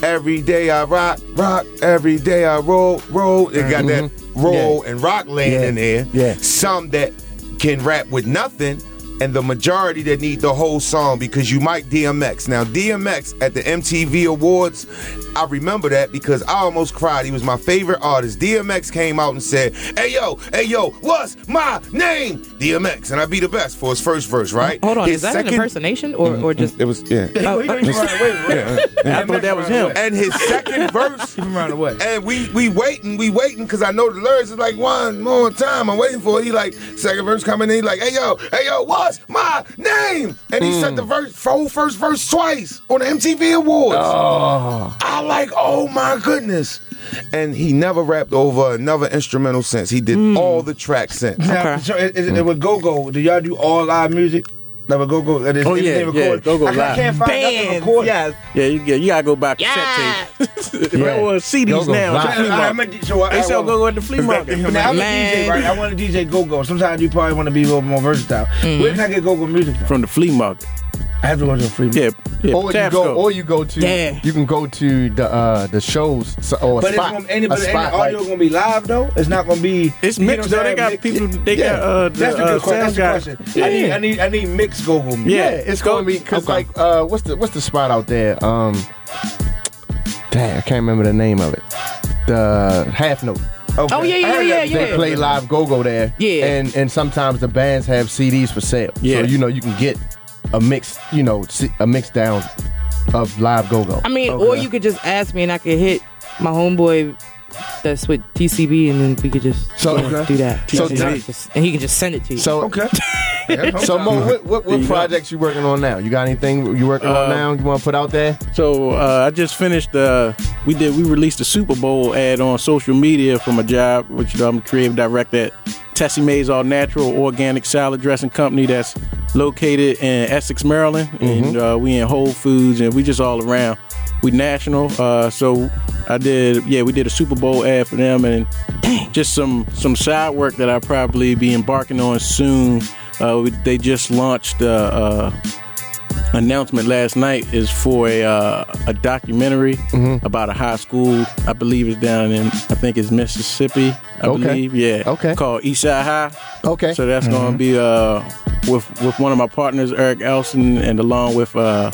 Speaker 5: "Every day I rock, rock. Every day I roll, roll." It got that roll and rock lane in there.
Speaker 3: Yeah.
Speaker 5: Some that can rap with nothing, and the majority that need the whole song because you might DMX. Now, DMX at the MTV Awards, I remember that because I almost cried. He was my favorite artist. DMX came out and said, Hey yo, hey yo, what's my name? DMX. And I be the best for his first verse, right?
Speaker 2: Hold on,
Speaker 5: His
Speaker 2: is that an
Speaker 5: second- Mm-hmm.
Speaker 2: impersonation or, or just?
Speaker 5: It was, yeah.
Speaker 2: Oh, oh,
Speaker 6: Uh, I thought that was him.
Speaker 5: And his second verse, and we we waiting, we waiting, cause I know the lyrics is like one more time. I'm waiting for it. He like second verse coming in. He like, hey yo, hey yo, what's my name? And he
Speaker 6: Mm.
Speaker 5: said the verse, whole first verse twice on the MTV Awards.
Speaker 6: Oh.
Speaker 5: I like, oh my goodness. And he never rapped over another instrumental since. He did
Speaker 6: Mm.
Speaker 5: all the tracks since.
Speaker 1: Now, So is, is it with Go Go? Do y'all do all live music? Like with Go Go?
Speaker 6: Oh, yeah, yeah, Go-Go
Speaker 1: I,
Speaker 6: live.
Speaker 1: I can't find nothing
Speaker 2: Bands,
Speaker 1: recorded.
Speaker 2: yes.
Speaker 6: Yeah, you, get, you gotta go buy cassette tapes. Or CDs
Speaker 3: Go-go
Speaker 6: now.
Speaker 3: vibe.
Speaker 6: the flea
Speaker 1: I'm a
Speaker 6: market.
Speaker 1: D- so I-
Speaker 6: They
Speaker 1: I
Speaker 6: sell
Speaker 1: want-
Speaker 6: go at the flea market.
Speaker 1: But now I'm a DJ, right? I want to DJ Go Go. Sometimes you probably want to be a little more versatile. Where can I get Go Go music from?
Speaker 6: Mm-hmm. From the flea market.
Speaker 1: I have to go to a free market.
Speaker 6: Yeah, yeah.
Speaker 3: Or you go,
Speaker 6: Tabsco.
Speaker 3: or you go to,
Speaker 2: Yeah.
Speaker 3: you can go to the uh, the shows so- or a
Speaker 1: But
Speaker 3: spot.
Speaker 1: it's gonna, any,
Speaker 3: a
Speaker 1: but any
Speaker 3: spot
Speaker 1: audio
Speaker 3: like-
Speaker 1: gonna be live though. It's not gonna be.
Speaker 6: It's
Speaker 1: you know
Speaker 6: mixed, though.
Speaker 1: what I'm
Speaker 6: They got
Speaker 1: saying?
Speaker 6: people- they
Speaker 1: Yeah.
Speaker 6: got, uh,
Speaker 1: that's
Speaker 6: the,
Speaker 1: a good
Speaker 6: uh,
Speaker 1: question. That's a
Speaker 6: sound
Speaker 1: good question. I need, I need, I need mixed go go.
Speaker 6: Yeah.
Speaker 3: yeah, it's gonna be because
Speaker 6: Okay.
Speaker 3: like uh, what's the what's the spot out there? Um, dang, I can't remember the name of it. The half note.
Speaker 1: Okay.
Speaker 2: Oh, yeah, yeah,
Speaker 1: I heard
Speaker 2: yeah,
Speaker 1: that.
Speaker 2: yeah,
Speaker 3: They play live go go there.
Speaker 2: Yeah.
Speaker 3: and and sometimes the bands have CDs for sale.
Speaker 6: Yeah.
Speaker 3: so you know you can get a mix, you know, si- a mix down of live go go.
Speaker 2: I mean, or you could just ask me, and I could hit my homeboy. That's with TCB, and then we could just
Speaker 3: So-
Speaker 2: you know, do that.
Speaker 3: So-
Speaker 2: and, just, and he can just send it to you.
Speaker 3: So
Speaker 1: Okay.
Speaker 3: So Mo, what, what, what projects you working on now? You got anything you working on
Speaker 6: Uh,
Speaker 3: now? You want to put out there?
Speaker 6: So uh, I just finished. Uh, we did. We released a Super Bowl ad on social media for my job, which I'm creative director at Tessie Mae's All Natural Organic Salad Dressing Company. That's located in Essex, Maryland, and uh, we in Whole Foods, and we just all around. We national. Uh, so I did, yeah, we did a Super Bowl ad for them, and just some some side work that I'll probably be embarking on soon. Uh, we, they just launched. Uh, uh, announcement last night is for a uh, a documentary about a high school. I believe it's down in I think it's Mississippi. I
Speaker 3: Okay.
Speaker 6: believe, yeah. Okay. Called Eastside High.
Speaker 3: Okay. Mm-hmm.
Speaker 6: So that's going to be uh with with one of my partners, Eric Elson, and along with uh,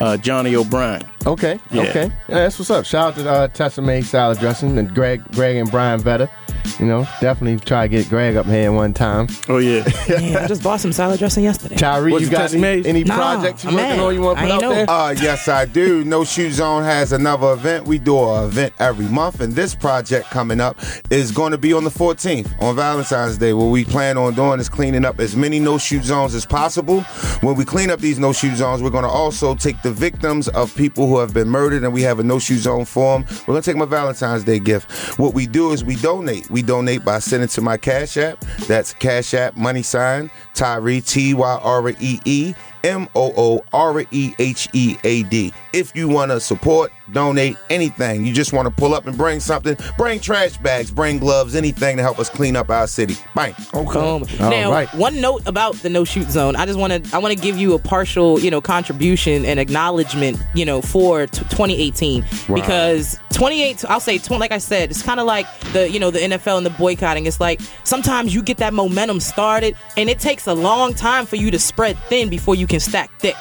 Speaker 6: uh, Johnny O'Brien.
Speaker 3: Okay,
Speaker 6: Yeah.
Speaker 3: okay. Yeah, that's what's up. Shout out to uh, Tessa Mae Salad Dressing and Greg, Greg and Brian Vetter. You know, definitely try to get Greg up here one time.
Speaker 6: Oh yeah.
Speaker 2: Man, I just bought some salad dressing yesterday.
Speaker 3: Tyree,
Speaker 5: What's
Speaker 3: you
Speaker 5: the
Speaker 3: got
Speaker 5: test
Speaker 3: any,
Speaker 5: made?
Speaker 3: any
Speaker 2: Nah,
Speaker 3: projects you
Speaker 2: I'm
Speaker 3: working
Speaker 2: mad.
Speaker 3: on you want to put
Speaker 2: I ain't
Speaker 3: out
Speaker 2: know.
Speaker 3: there?
Speaker 5: Uh, yes, I do. No Shoe Zone has another event. We do an event every month, and this project coming up is going to be on the 14th on Valentine's Day. What we plan on doing is cleaning up as many No Shoe Zones as possible. When we clean up these No Shoe Zones, we're going to also take the victims of people who have been murdered, and we have a No Shoe Zone form. We're going to take my Valentine's Day gift. What we do is we donate. We donate by sending to my Cash App. That's Cash App money sign Tyree T Y R E E. M O O R E H E A D. If you want to support, donate anything, you just want to pull up and bring something, bring trash bags, bring gloves, anything to help us clean up our city. Bang.
Speaker 2: Okay. now, one note about the no shoot zone. I just want to I want to give you a partial, you know, contribution and acknowledgement, you know, for t- 2018
Speaker 7: Wow.
Speaker 2: because 28 I'll say tw- like I said, it's kind of like the, you know, the NFL and the boycotting. It's like sometimes you get that momentum started and it takes a long time for you to spread thin before you can stack thick.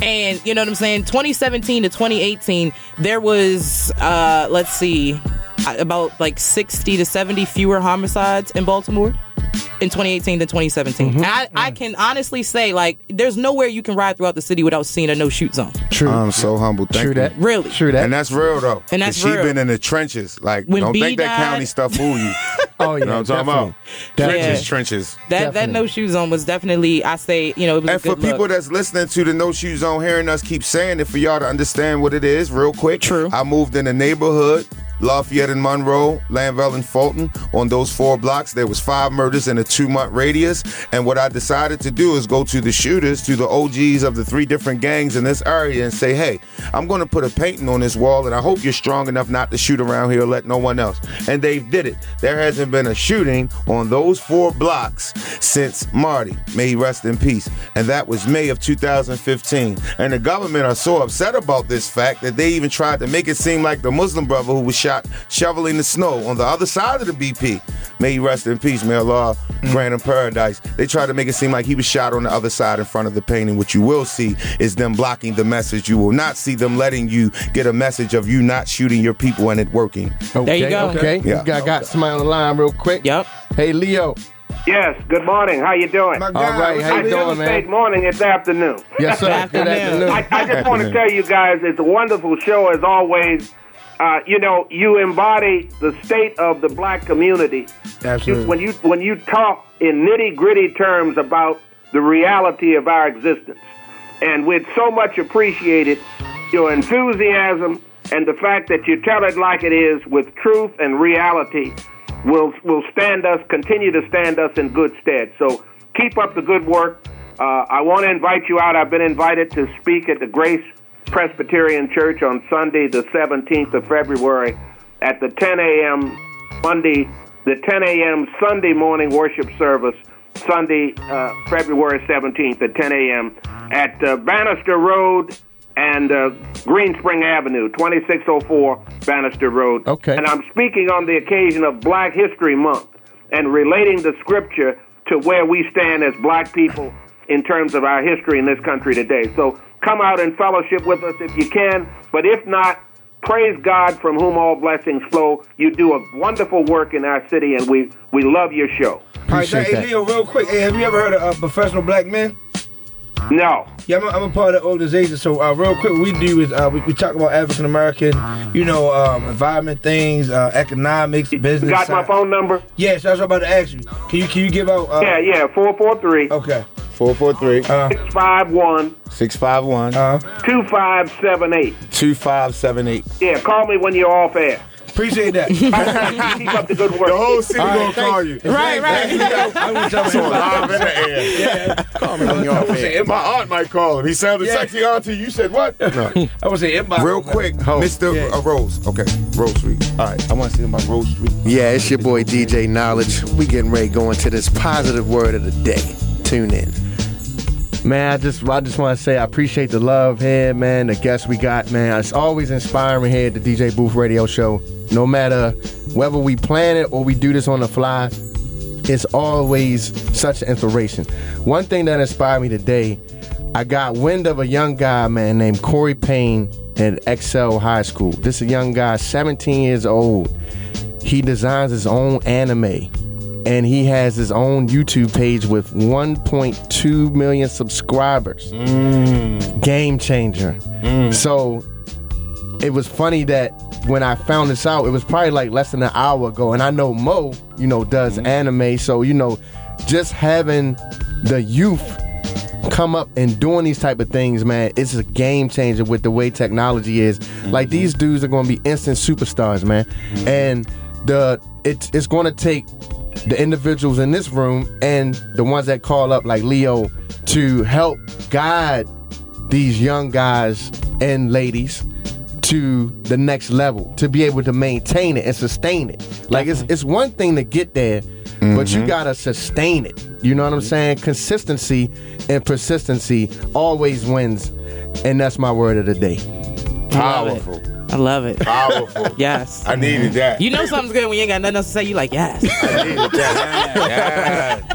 Speaker 2: And you know what I'm saying? 2017 to 2018, there was uh let's see uh, about like 60 to 70 fewer homicides in Baltimore in 2018 than 2017. And I, I can honestly say, like, there's nowhere you can ride throughout the city without seeing a no shoot zone.
Speaker 3: True.
Speaker 5: I'm so humble. Thank
Speaker 3: True
Speaker 5: you.
Speaker 3: that.
Speaker 2: Really.
Speaker 3: True that.
Speaker 5: And that's real though.
Speaker 2: And that's
Speaker 5: she
Speaker 2: real.
Speaker 5: been in the trenches. Like,
Speaker 2: When
Speaker 5: don't
Speaker 2: B
Speaker 5: think that
Speaker 2: died-
Speaker 5: county stuff fool you.
Speaker 3: oh yeah,
Speaker 5: you know what I'm talking about?
Speaker 2: Definitely.
Speaker 5: Trenches,
Speaker 2: Yeah.
Speaker 5: trenches.
Speaker 2: That that no shoot zone was definitely, I say, you know, it was
Speaker 5: And
Speaker 2: a good
Speaker 5: for people
Speaker 2: look.
Speaker 5: that's listening to the No Shoes on, hearing us keep saying it, for y'all to understand what it is, real quick. True. I moved in the neighborhood, Lafayette and Monroe, Lanvell and Fulton. On those four blocks, there was five murders in a two-month radius. And what I decided to do is go to the shooters, to the OGs of the three different gangs in this area, and say, "Hey, I'm going to put a painting on this wall, and I hope you're strong enough not to shoot around here. Let no one else." And they did it. There hasn't been a shooting on those four blocks since Marty. May he rest in peace. And that was May of 2015. And the government are so upset about this fact that they even tried to make it seem like the Muslim brother who was shot shoveling the snow on the other side of the BP. May he rest in peace. May Allah grant him paradise. They tried to make it seem like he was shot on the other side in front of the painting. What you will see is them blocking the message. You will not see them letting you get a message of you not shooting your people and it working.
Speaker 3: There you go. Okay.
Speaker 5: Yeah.
Speaker 3: We got, got somebody on the line real quick.
Speaker 2: Yep.
Speaker 3: Hey, Leo.
Speaker 13: Yes. Good morning. How you doing?
Speaker 3: God, All right, how you
Speaker 13: I shouldn't
Speaker 3: doing, man?
Speaker 13: say morning. It's afternoon.
Speaker 3: Yes, sir. Good afternoon.
Speaker 13: I, I just want to
Speaker 3: Afternoon.
Speaker 13: tell you guys, it's a wonderful show as always. Uh, you know, you embody the state of the black community.
Speaker 1: Absolutely.
Speaker 13: When you when you talk in nitty gritty terms about the reality of our existence, and we'd so much appreciate it, your enthusiasm and the fact that you tell it like it is with truth and reality will will stand us continue to stand us in good stead. So keep up the good work. Uh, I want to invite you out. I've been invited to speak at the Grace Presbyterian Church on Sunday, the 17th of February, at the 10 a.m. Monday, the 10 a.m. Sunday morning worship service, Sunday, uh, February 17th at 10 a.m. at uh, Bannister Road and uh, Greenspring Avenue, 2604 Bannister Road.
Speaker 3: Okay.
Speaker 13: And I'm speaking on the occasion of Black History Month and relating the scripture to where we stand as black people in terms of our history in this country today. So come out and fellowship with us if you can, but if not, praise God from whom all blessings flow. You do a wonderful work in our city, and we, we love your show.
Speaker 1: All right, now, hey, Leo, real quick. Hey, have you ever heard of uh, professional black men?
Speaker 13: No.
Speaker 1: Yeah, I'm a, I'm a part of the organization. So uh, real quick, what we do is uh, we, we talk about African American, you know, um, environment things, uh, economics, business.
Speaker 13: got my phone number?
Speaker 1: Yes, that's what I was about to ask you. Can you can you give out? Uh,
Speaker 13: yeah, yeah, 443.
Speaker 1: Okay.
Speaker 5: 443.
Speaker 1: Uh,
Speaker 13: 651
Speaker 5: 651
Speaker 1: uh,
Speaker 5: Uh-huh.
Speaker 13: 2578.
Speaker 5: 2578.
Speaker 13: Yeah, call me when you're off air.
Speaker 1: Appreciate that. Keep
Speaker 13: up the good work.
Speaker 5: The whole city
Speaker 1: All right,
Speaker 5: gonna
Speaker 1: thank-
Speaker 5: call you.
Speaker 1: Right, right.
Speaker 5: I
Speaker 1: would tell
Speaker 5: you. live in the air. Call me when you're off air. My aunt might call him. He sounded
Speaker 1: Yeah.
Speaker 5: sexy, auntie. You said what? No.
Speaker 1: I would say inbox.
Speaker 5: Real quick, Mr. uh, Rose. Okay, Rose Street. All right, I want to see about Rose Street.
Speaker 3: Yeah, it's your boy DJ Knowledge. We getting ready to go into this positive word of the day. Tune in. Man, I just I just want to say I appreciate the love here, man. The guests we got, man. It's always inspiring here at the DJ Booth Radio Show. No matter whether we plan it or we do this on the fly, it's always such an inspiration. One thing that inspired me today, I got wind of a young guy, man, named Corey Payne at Excel High School. This is a young guy, 17 years old. He designs his own anime and he has his own YouTube page with 1.2 million subscribers. Game changer. So it was funny that when I found this out, it was probably like less than an hour ago, and I know Mo, you know, does anime, so you know, just having the youth come up and doing these type of things, man, it's a game changer with the way technology is. Like these dudes are going to be instant superstars, man, and the it's it's going to take the individuals in this room and the ones that call up like Leo to help guide these young guys and ladies to the next level to be able to maintain it and sustain it. Like it's it's one thing to get there, but
Speaker 2: Mm-hmm.
Speaker 3: you gotta sustain it. You know what I'm saying? Consistency and persistency always wins, and that's my word of the day.
Speaker 5: Powerful.
Speaker 2: I love it.
Speaker 5: Powerful.
Speaker 2: yes. Mm-hmm.
Speaker 5: I needed that.
Speaker 2: You know something's good when you ain't got nothing else to say. You like yes.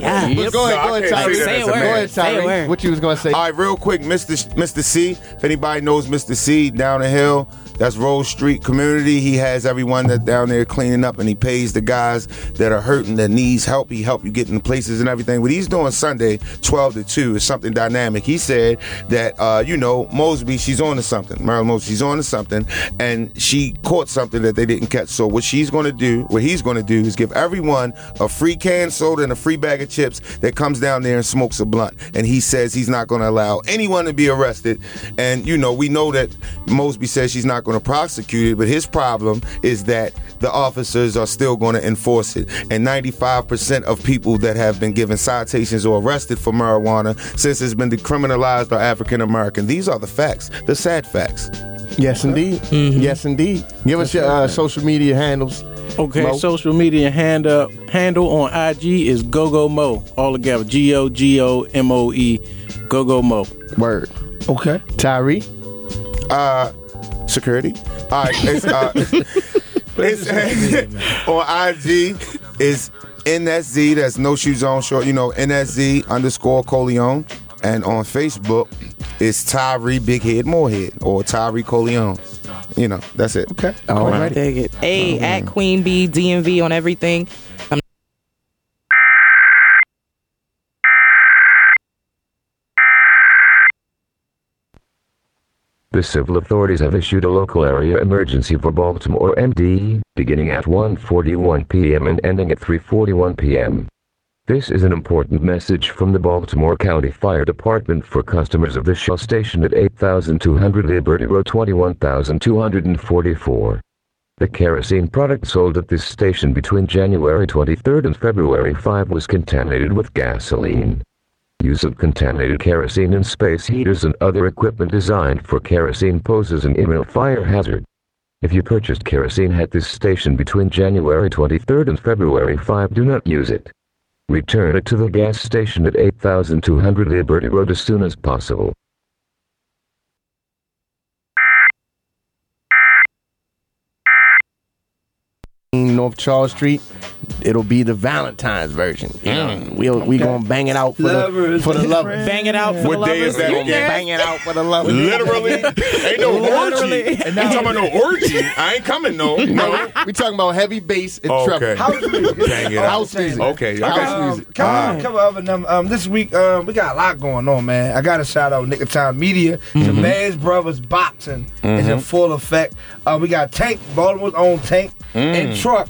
Speaker 2: Yeah.
Speaker 5: But Go ahead,
Speaker 2: No,
Speaker 5: go
Speaker 2: I
Speaker 5: ahead,
Speaker 2: can't
Speaker 5: Tyree.
Speaker 2: say that Say a as a word. man. Say a word.
Speaker 3: What you was gonna say?
Speaker 5: All right, real quick, Mr. Sh- Mr. C. If anybody knows Mr. C down the hill, that's Rose Street Community. He has everyone that down there cleaning up, and he pays the guys that are hurting that needs help. He help you get in places and everything. What he's doing Sunday, twelve to two, is something dynamic. He said that uh, you know Mosby, she's on to something. Marilyn Mosby, she's on to something, and she caught something that they didn't catch. So what she's going to do, what he's going to do, is give everyone a free can soda and a free bag of chips that comes down there and smokes a blunt. And he says he's not going to allow anyone to be arrested. And you know, we know that Mosby says she's not going to prosecute it, but his problem is that the officers are still going to enforce it. And 95% of people that have been given citations or arrested for marijuana since it's been decriminalized are African American. These are the facts, the sad facts.
Speaker 3: Yes, indeed.
Speaker 2: Mm-hmm.
Speaker 3: Yes, indeed. Give us your uh, social media handles.
Speaker 6: Okay,
Speaker 3: Mo.
Speaker 6: social media hand up, handle on IG is GoGo Mo. All together. G O G O M O E. GoGo Mo.
Speaker 3: Word.
Speaker 1: Okay.
Speaker 3: Tyree.
Speaker 5: Uh, security. All right. It's, uh, it's, on IG is NSZ. That's no shoes on short. You know NSZ underscore Coleon. And on Facebook is Tyree Big Head Morehead or Tyree Coleon. You know that's it. Okay.
Speaker 3: All
Speaker 2: I dig it.
Speaker 5: Oh,
Speaker 2: A at Queen Bee DMV on everything. I'm
Speaker 9: The civil authorities have issued a local area emergency for Baltimore MD, beginning at 1:41 p.m. and ending at 3:41 p.m. This is an important message from the Baltimore County Fire Department for customers of the Shell station at 8200 Liberty Road 21244. The kerosene product sold at this station between January 23 and February 5 was contaminated with gasoline. Use of contaminated kerosene in space heaters and other equipment designed for kerosene poses an imminent fire hazard. If you purchased kerosene at this station between January 23 and February 5, do not use it. Return it to the gas station at 8200 Liberty Road as soon as possible.
Speaker 3: North Charles Street. It'll be the Valentine's version. Yeah,
Speaker 2: Mm.
Speaker 3: we'll, we gonna bang it out for the for the lovers.
Speaker 2: Bang it out for
Speaker 3: What
Speaker 2: the
Speaker 3: day
Speaker 2: lovers.
Speaker 3: is that
Speaker 2: You
Speaker 3: again?
Speaker 2: there?
Speaker 3: Bang it out for the lovers.
Speaker 5: Literally, ain't no orgy. You talking about no orgy? I ain't coming no. No.
Speaker 3: we talking about heavy bass and
Speaker 5: Okay.
Speaker 3: treble.
Speaker 5: Dang it.
Speaker 3: House music.
Speaker 5: Okay.
Speaker 3: House
Speaker 5: okay.
Speaker 3: music.
Speaker 1: Um, couple, couple other number. Um, this week um, we got a lot going on, man. I got to shout out Nick Time Media.
Speaker 5: Mm-hmm.
Speaker 1: The Man's Brothers Boxing is in
Speaker 14: Mhm.
Speaker 1: full effect. Uh, we got Tank, Baltimore's own Tank,
Speaker 14: Mm.
Speaker 1: and Truck.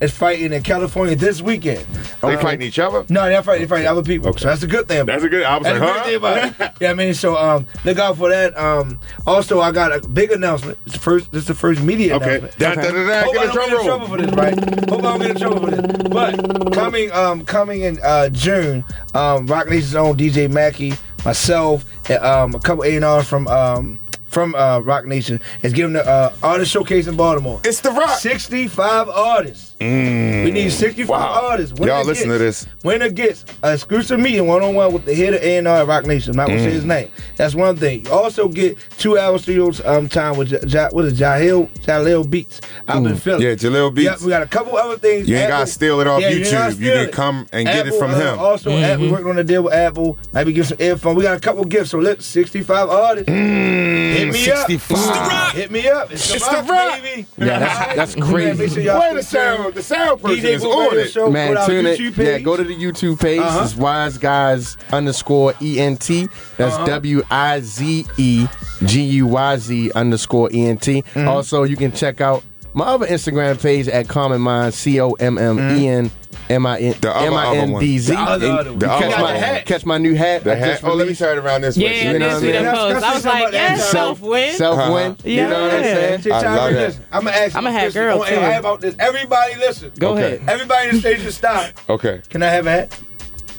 Speaker 1: is fighting in California this weekend. Uh,
Speaker 5: They fighting each other?
Speaker 1: No, they're fighting, they fighting other people. So that's a good thing. About
Speaker 5: That's a good- I was
Speaker 1: That's
Speaker 5: like,
Speaker 1: a good
Speaker 5: huh?
Speaker 1: thing about it. yeah, I mean, so um, look out for that. Um, also, I got a big announcement. It's the first, this is the first media
Speaker 5: Okay.
Speaker 1: announcement.
Speaker 5: Da- da- da- da,
Speaker 1: Hope
Speaker 5: get
Speaker 1: I
Speaker 5: a
Speaker 1: don't
Speaker 5: drum
Speaker 1: get in
Speaker 5: roll.
Speaker 1: trouble for this, right? Hope I don't get in trouble for this. But coming, um, coming in uh, June, um, Rock Nation's own DJ Mackey, myself, and, um, a couple A and R's from um, from uh, Rock Nation is giving the uh, artist showcase in Baltimore.
Speaker 5: It's the Rock.
Speaker 1: Sixty five artists. We need 65 artists. Winner
Speaker 5: Mm. Y'all listen to
Speaker 1: gets,
Speaker 5: this.
Speaker 1: Winner gets an exclusive meeting one on one with the head of A&R at Rock Nation. I'm not going to
Speaker 5: Mm.
Speaker 1: say his name. That's one thing. You also get two hours studio um, time with J- J- what is it, Jahil, Jalil Beats. I've been
Speaker 5: Mm.
Speaker 1: feeling.
Speaker 5: Yeah, Jalil Beats.
Speaker 1: Yep, we got a couple other things.
Speaker 5: You ain't
Speaker 1: Apple-
Speaker 5: gotta steal it off
Speaker 1: Yeah, ain't
Speaker 5: YouTube. You
Speaker 1: gotta steal
Speaker 5: can
Speaker 1: it.
Speaker 5: come and get it
Speaker 1: Apple,
Speaker 5: from
Speaker 1: uh,
Speaker 5: him.
Speaker 1: Also,
Speaker 2: Mm-hmm.
Speaker 1: Apple,
Speaker 5: Mhm.
Speaker 1: we're working on a deal with Apple. Maybe give some earphones. We got a couple gifts. So let 65 artists.
Speaker 5: Mm.
Speaker 1: Hit me up.
Speaker 5: 65. It's The Rock.
Speaker 1: Hit me up. It's,
Speaker 5: It's
Speaker 1: the
Speaker 5: The
Speaker 1: rock,
Speaker 5: Rock.
Speaker 1: baby.
Speaker 3: Yeah, that's, that's crazy.
Speaker 1: make sure y'all
Speaker 5: Wait a sound. The sound person
Speaker 1: DJ
Speaker 5: is
Speaker 1: Blue
Speaker 5: on
Speaker 1: Radio
Speaker 5: it.
Speaker 1: Show,
Speaker 3: Man,
Speaker 1: put out
Speaker 3: tune it.
Speaker 1: YouTube
Speaker 3: Yeah,
Speaker 1: page.
Speaker 3: go to the YouTube page.
Speaker 1: Uh-huh.
Speaker 3: It's Wise Guys underscore E N T. That's
Speaker 1: Uh-huh.
Speaker 3: W I Z E G U Y Z underscore E N T.
Speaker 5: Mm-hmm.
Speaker 3: Also, you can check out my other Instagram page at Common Mind C O M M E N M I N
Speaker 5: Mm-hmm. other-
Speaker 3: M I N D Z.
Speaker 5: other one. The other
Speaker 3: You
Speaker 5: one. The
Speaker 3: Catch
Speaker 5: other
Speaker 3: my
Speaker 5: one.
Speaker 3: hat. Catch my new hat.
Speaker 5: The
Speaker 3: I
Speaker 5: hat.
Speaker 3: just
Speaker 5: Oh, let me
Speaker 3: released.
Speaker 5: turn it around this way.
Speaker 3: Yeah,
Speaker 5: You know what I
Speaker 3: see
Speaker 5: mean?
Speaker 3: them
Speaker 2: posts. I was like, yes, self win.
Speaker 3: Self-win.
Speaker 2: You know what I'm Yeah. saying?
Speaker 1: Chit chat
Speaker 5: I love
Speaker 1: with
Speaker 5: that.
Speaker 1: this. I'm gonna ask.
Speaker 2: I'ma
Speaker 1: you
Speaker 2: have
Speaker 1: this
Speaker 2: girl,
Speaker 1: on air.
Speaker 2: too.
Speaker 1: I have about this. Everybody, listen.
Speaker 2: Go
Speaker 5: Okay.
Speaker 2: ahead.
Speaker 1: Everybody in the station, stop.
Speaker 5: Okay.
Speaker 1: Can I have a hat?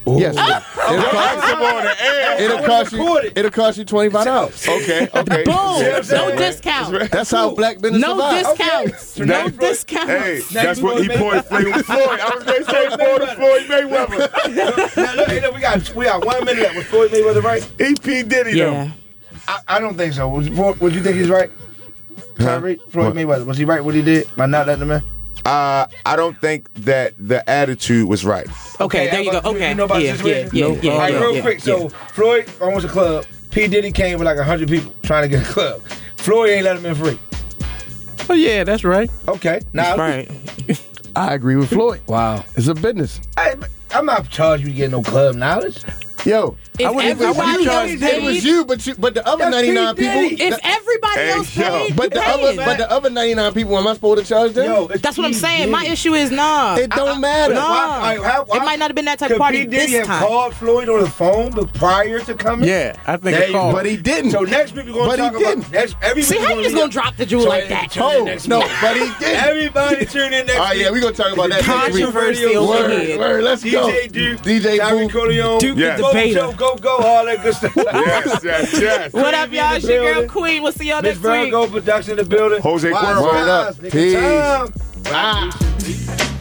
Speaker 3: Yes. It'll cost- It'll cost you. It'll cost you twenty five dollars.
Speaker 5: Okay. Okay.
Speaker 2: Boom. No discount.
Speaker 3: That's how black business
Speaker 2: No
Speaker 3: survive.
Speaker 2: discounts.
Speaker 5: Okay.
Speaker 2: No
Speaker 5: Hey,
Speaker 2: discounts.
Speaker 5: Hey, that's what he poured Floyd. Floyd. I was gonna say poured Floyd Mayweather.
Speaker 1: Now, look, hey, look, we got we got one minute left. Was Floyd Mayweather right?
Speaker 5: EP E Diddy
Speaker 2: Yeah.
Speaker 1: I, I don't think so. Would you, would you think he's right? Tyree, Floyd
Speaker 5: What?
Speaker 1: Mayweather was he right? What he did by not letting him in?
Speaker 5: though. Uh, I don't think that the attitude was right.
Speaker 2: Okay, there you go.
Speaker 1: about-
Speaker 2: Okay.
Speaker 1: You know about
Speaker 2: Yeah,
Speaker 1: the situation?
Speaker 2: yeah, yeah, yeah,
Speaker 1: All right,
Speaker 2: yeah,
Speaker 1: real
Speaker 2: yeah,
Speaker 1: quick. So
Speaker 2: yeah.
Speaker 1: Floyd owns a club. P Diddy came with like hundred people trying to get a club. Floyd ain't let him in free.
Speaker 6: Oh yeah, that's right.
Speaker 1: Okay, now
Speaker 2: Right.
Speaker 3: I agree with Floyd.
Speaker 1: Wow,
Speaker 3: It's a business.
Speaker 1: I, I'm not charging you to get no club knowledge.
Speaker 3: Yo,
Speaker 2: If
Speaker 3: wouldn't even-
Speaker 2: everybody else
Speaker 3: you know, it was
Speaker 2: paid-
Speaker 3: you, but you, but the other
Speaker 1: That's
Speaker 3: ninety nine
Speaker 1: P. Diddy.
Speaker 3: people.
Speaker 2: If
Speaker 3: that-
Speaker 2: everybody
Speaker 5: Hey,
Speaker 2: else
Speaker 5: yo.
Speaker 2: paid,
Speaker 3: but the
Speaker 2: you're
Speaker 3: other,
Speaker 2: paying.
Speaker 3: but the other ninety nine people, am I supposed to charge them?
Speaker 1: Yo, it's
Speaker 2: That's what I'm
Speaker 1: P.
Speaker 2: saying. My
Speaker 1: Diddy.
Speaker 2: issue is nah.
Speaker 3: it don't
Speaker 2: I-
Speaker 3: matter.
Speaker 2: No.
Speaker 1: Why- why- why-
Speaker 2: it might not have been that type
Speaker 1: Could
Speaker 2: of party
Speaker 1: P. Diddy
Speaker 2: this
Speaker 1: have
Speaker 2: time.
Speaker 1: called Floyd on the phone but prior to coming?
Speaker 6: Yeah, I think
Speaker 1: There
Speaker 6: it
Speaker 1: you
Speaker 6: called.
Speaker 1: go.
Speaker 3: But he didn't.
Speaker 1: So next week we're gonna
Speaker 3: But he
Speaker 1: talk about
Speaker 3: didn't.
Speaker 1: next every
Speaker 2: See
Speaker 1: week we're
Speaker 2: how you just
Speaker 1: be-
Speaker 2: gonna drop the jewel
Speaker 1: So
Speaker 2: like
Speaker 1: every-
Speaker 2: that?
Speaker 1: tune in
Speaker 3: Oh,
Speaker 1: next
Speaker 3: no,
Speaker 1: week.
Speaker 3: but he didn't.
Speaker 1: Everybody tune in next
Speaker 3: All right,
Speaker 1: week.
Speaker 3: yeah, we gonna talk about that. next week.
Speaker 2: Controversial
Speaker 3: Word,
Speaker 2: head.
Speaker 3: word, let's go.
Speaker 1: DJ Duke,
Speaker 3: DJ
Speaker 1: Tommy
Speaker 3: Booth.
Speaker 1: Corleone,
Speaker 2: Duke the
Speaker 1: Yes.
Speaker 2: debater.
Speaker 1: Go, go, go, all that good stuff.
Speaker 5: Yes, yes, yes.
Speaker 2: What up,
Speaker 1: Baby in
Speaker 2: y'all?
Speaker 1: the
Speaker 2: It's your girl
Speaker 1: building.
Speaker 2: Queen. We'll see y'all next
Speaker 1: Miss
Speaker 2: week.
Speaker 1: Virgo Production in the building.
Speaker 5: Jose
Speaker 1: Wise
Speaker 5: Cuervo.
Speaker 1: guys,
Speaker 3: Word up.
Speaker 1: nigga,
Speaker 3: Peace.
Speaker 1: time.
Speaker 3: Ah.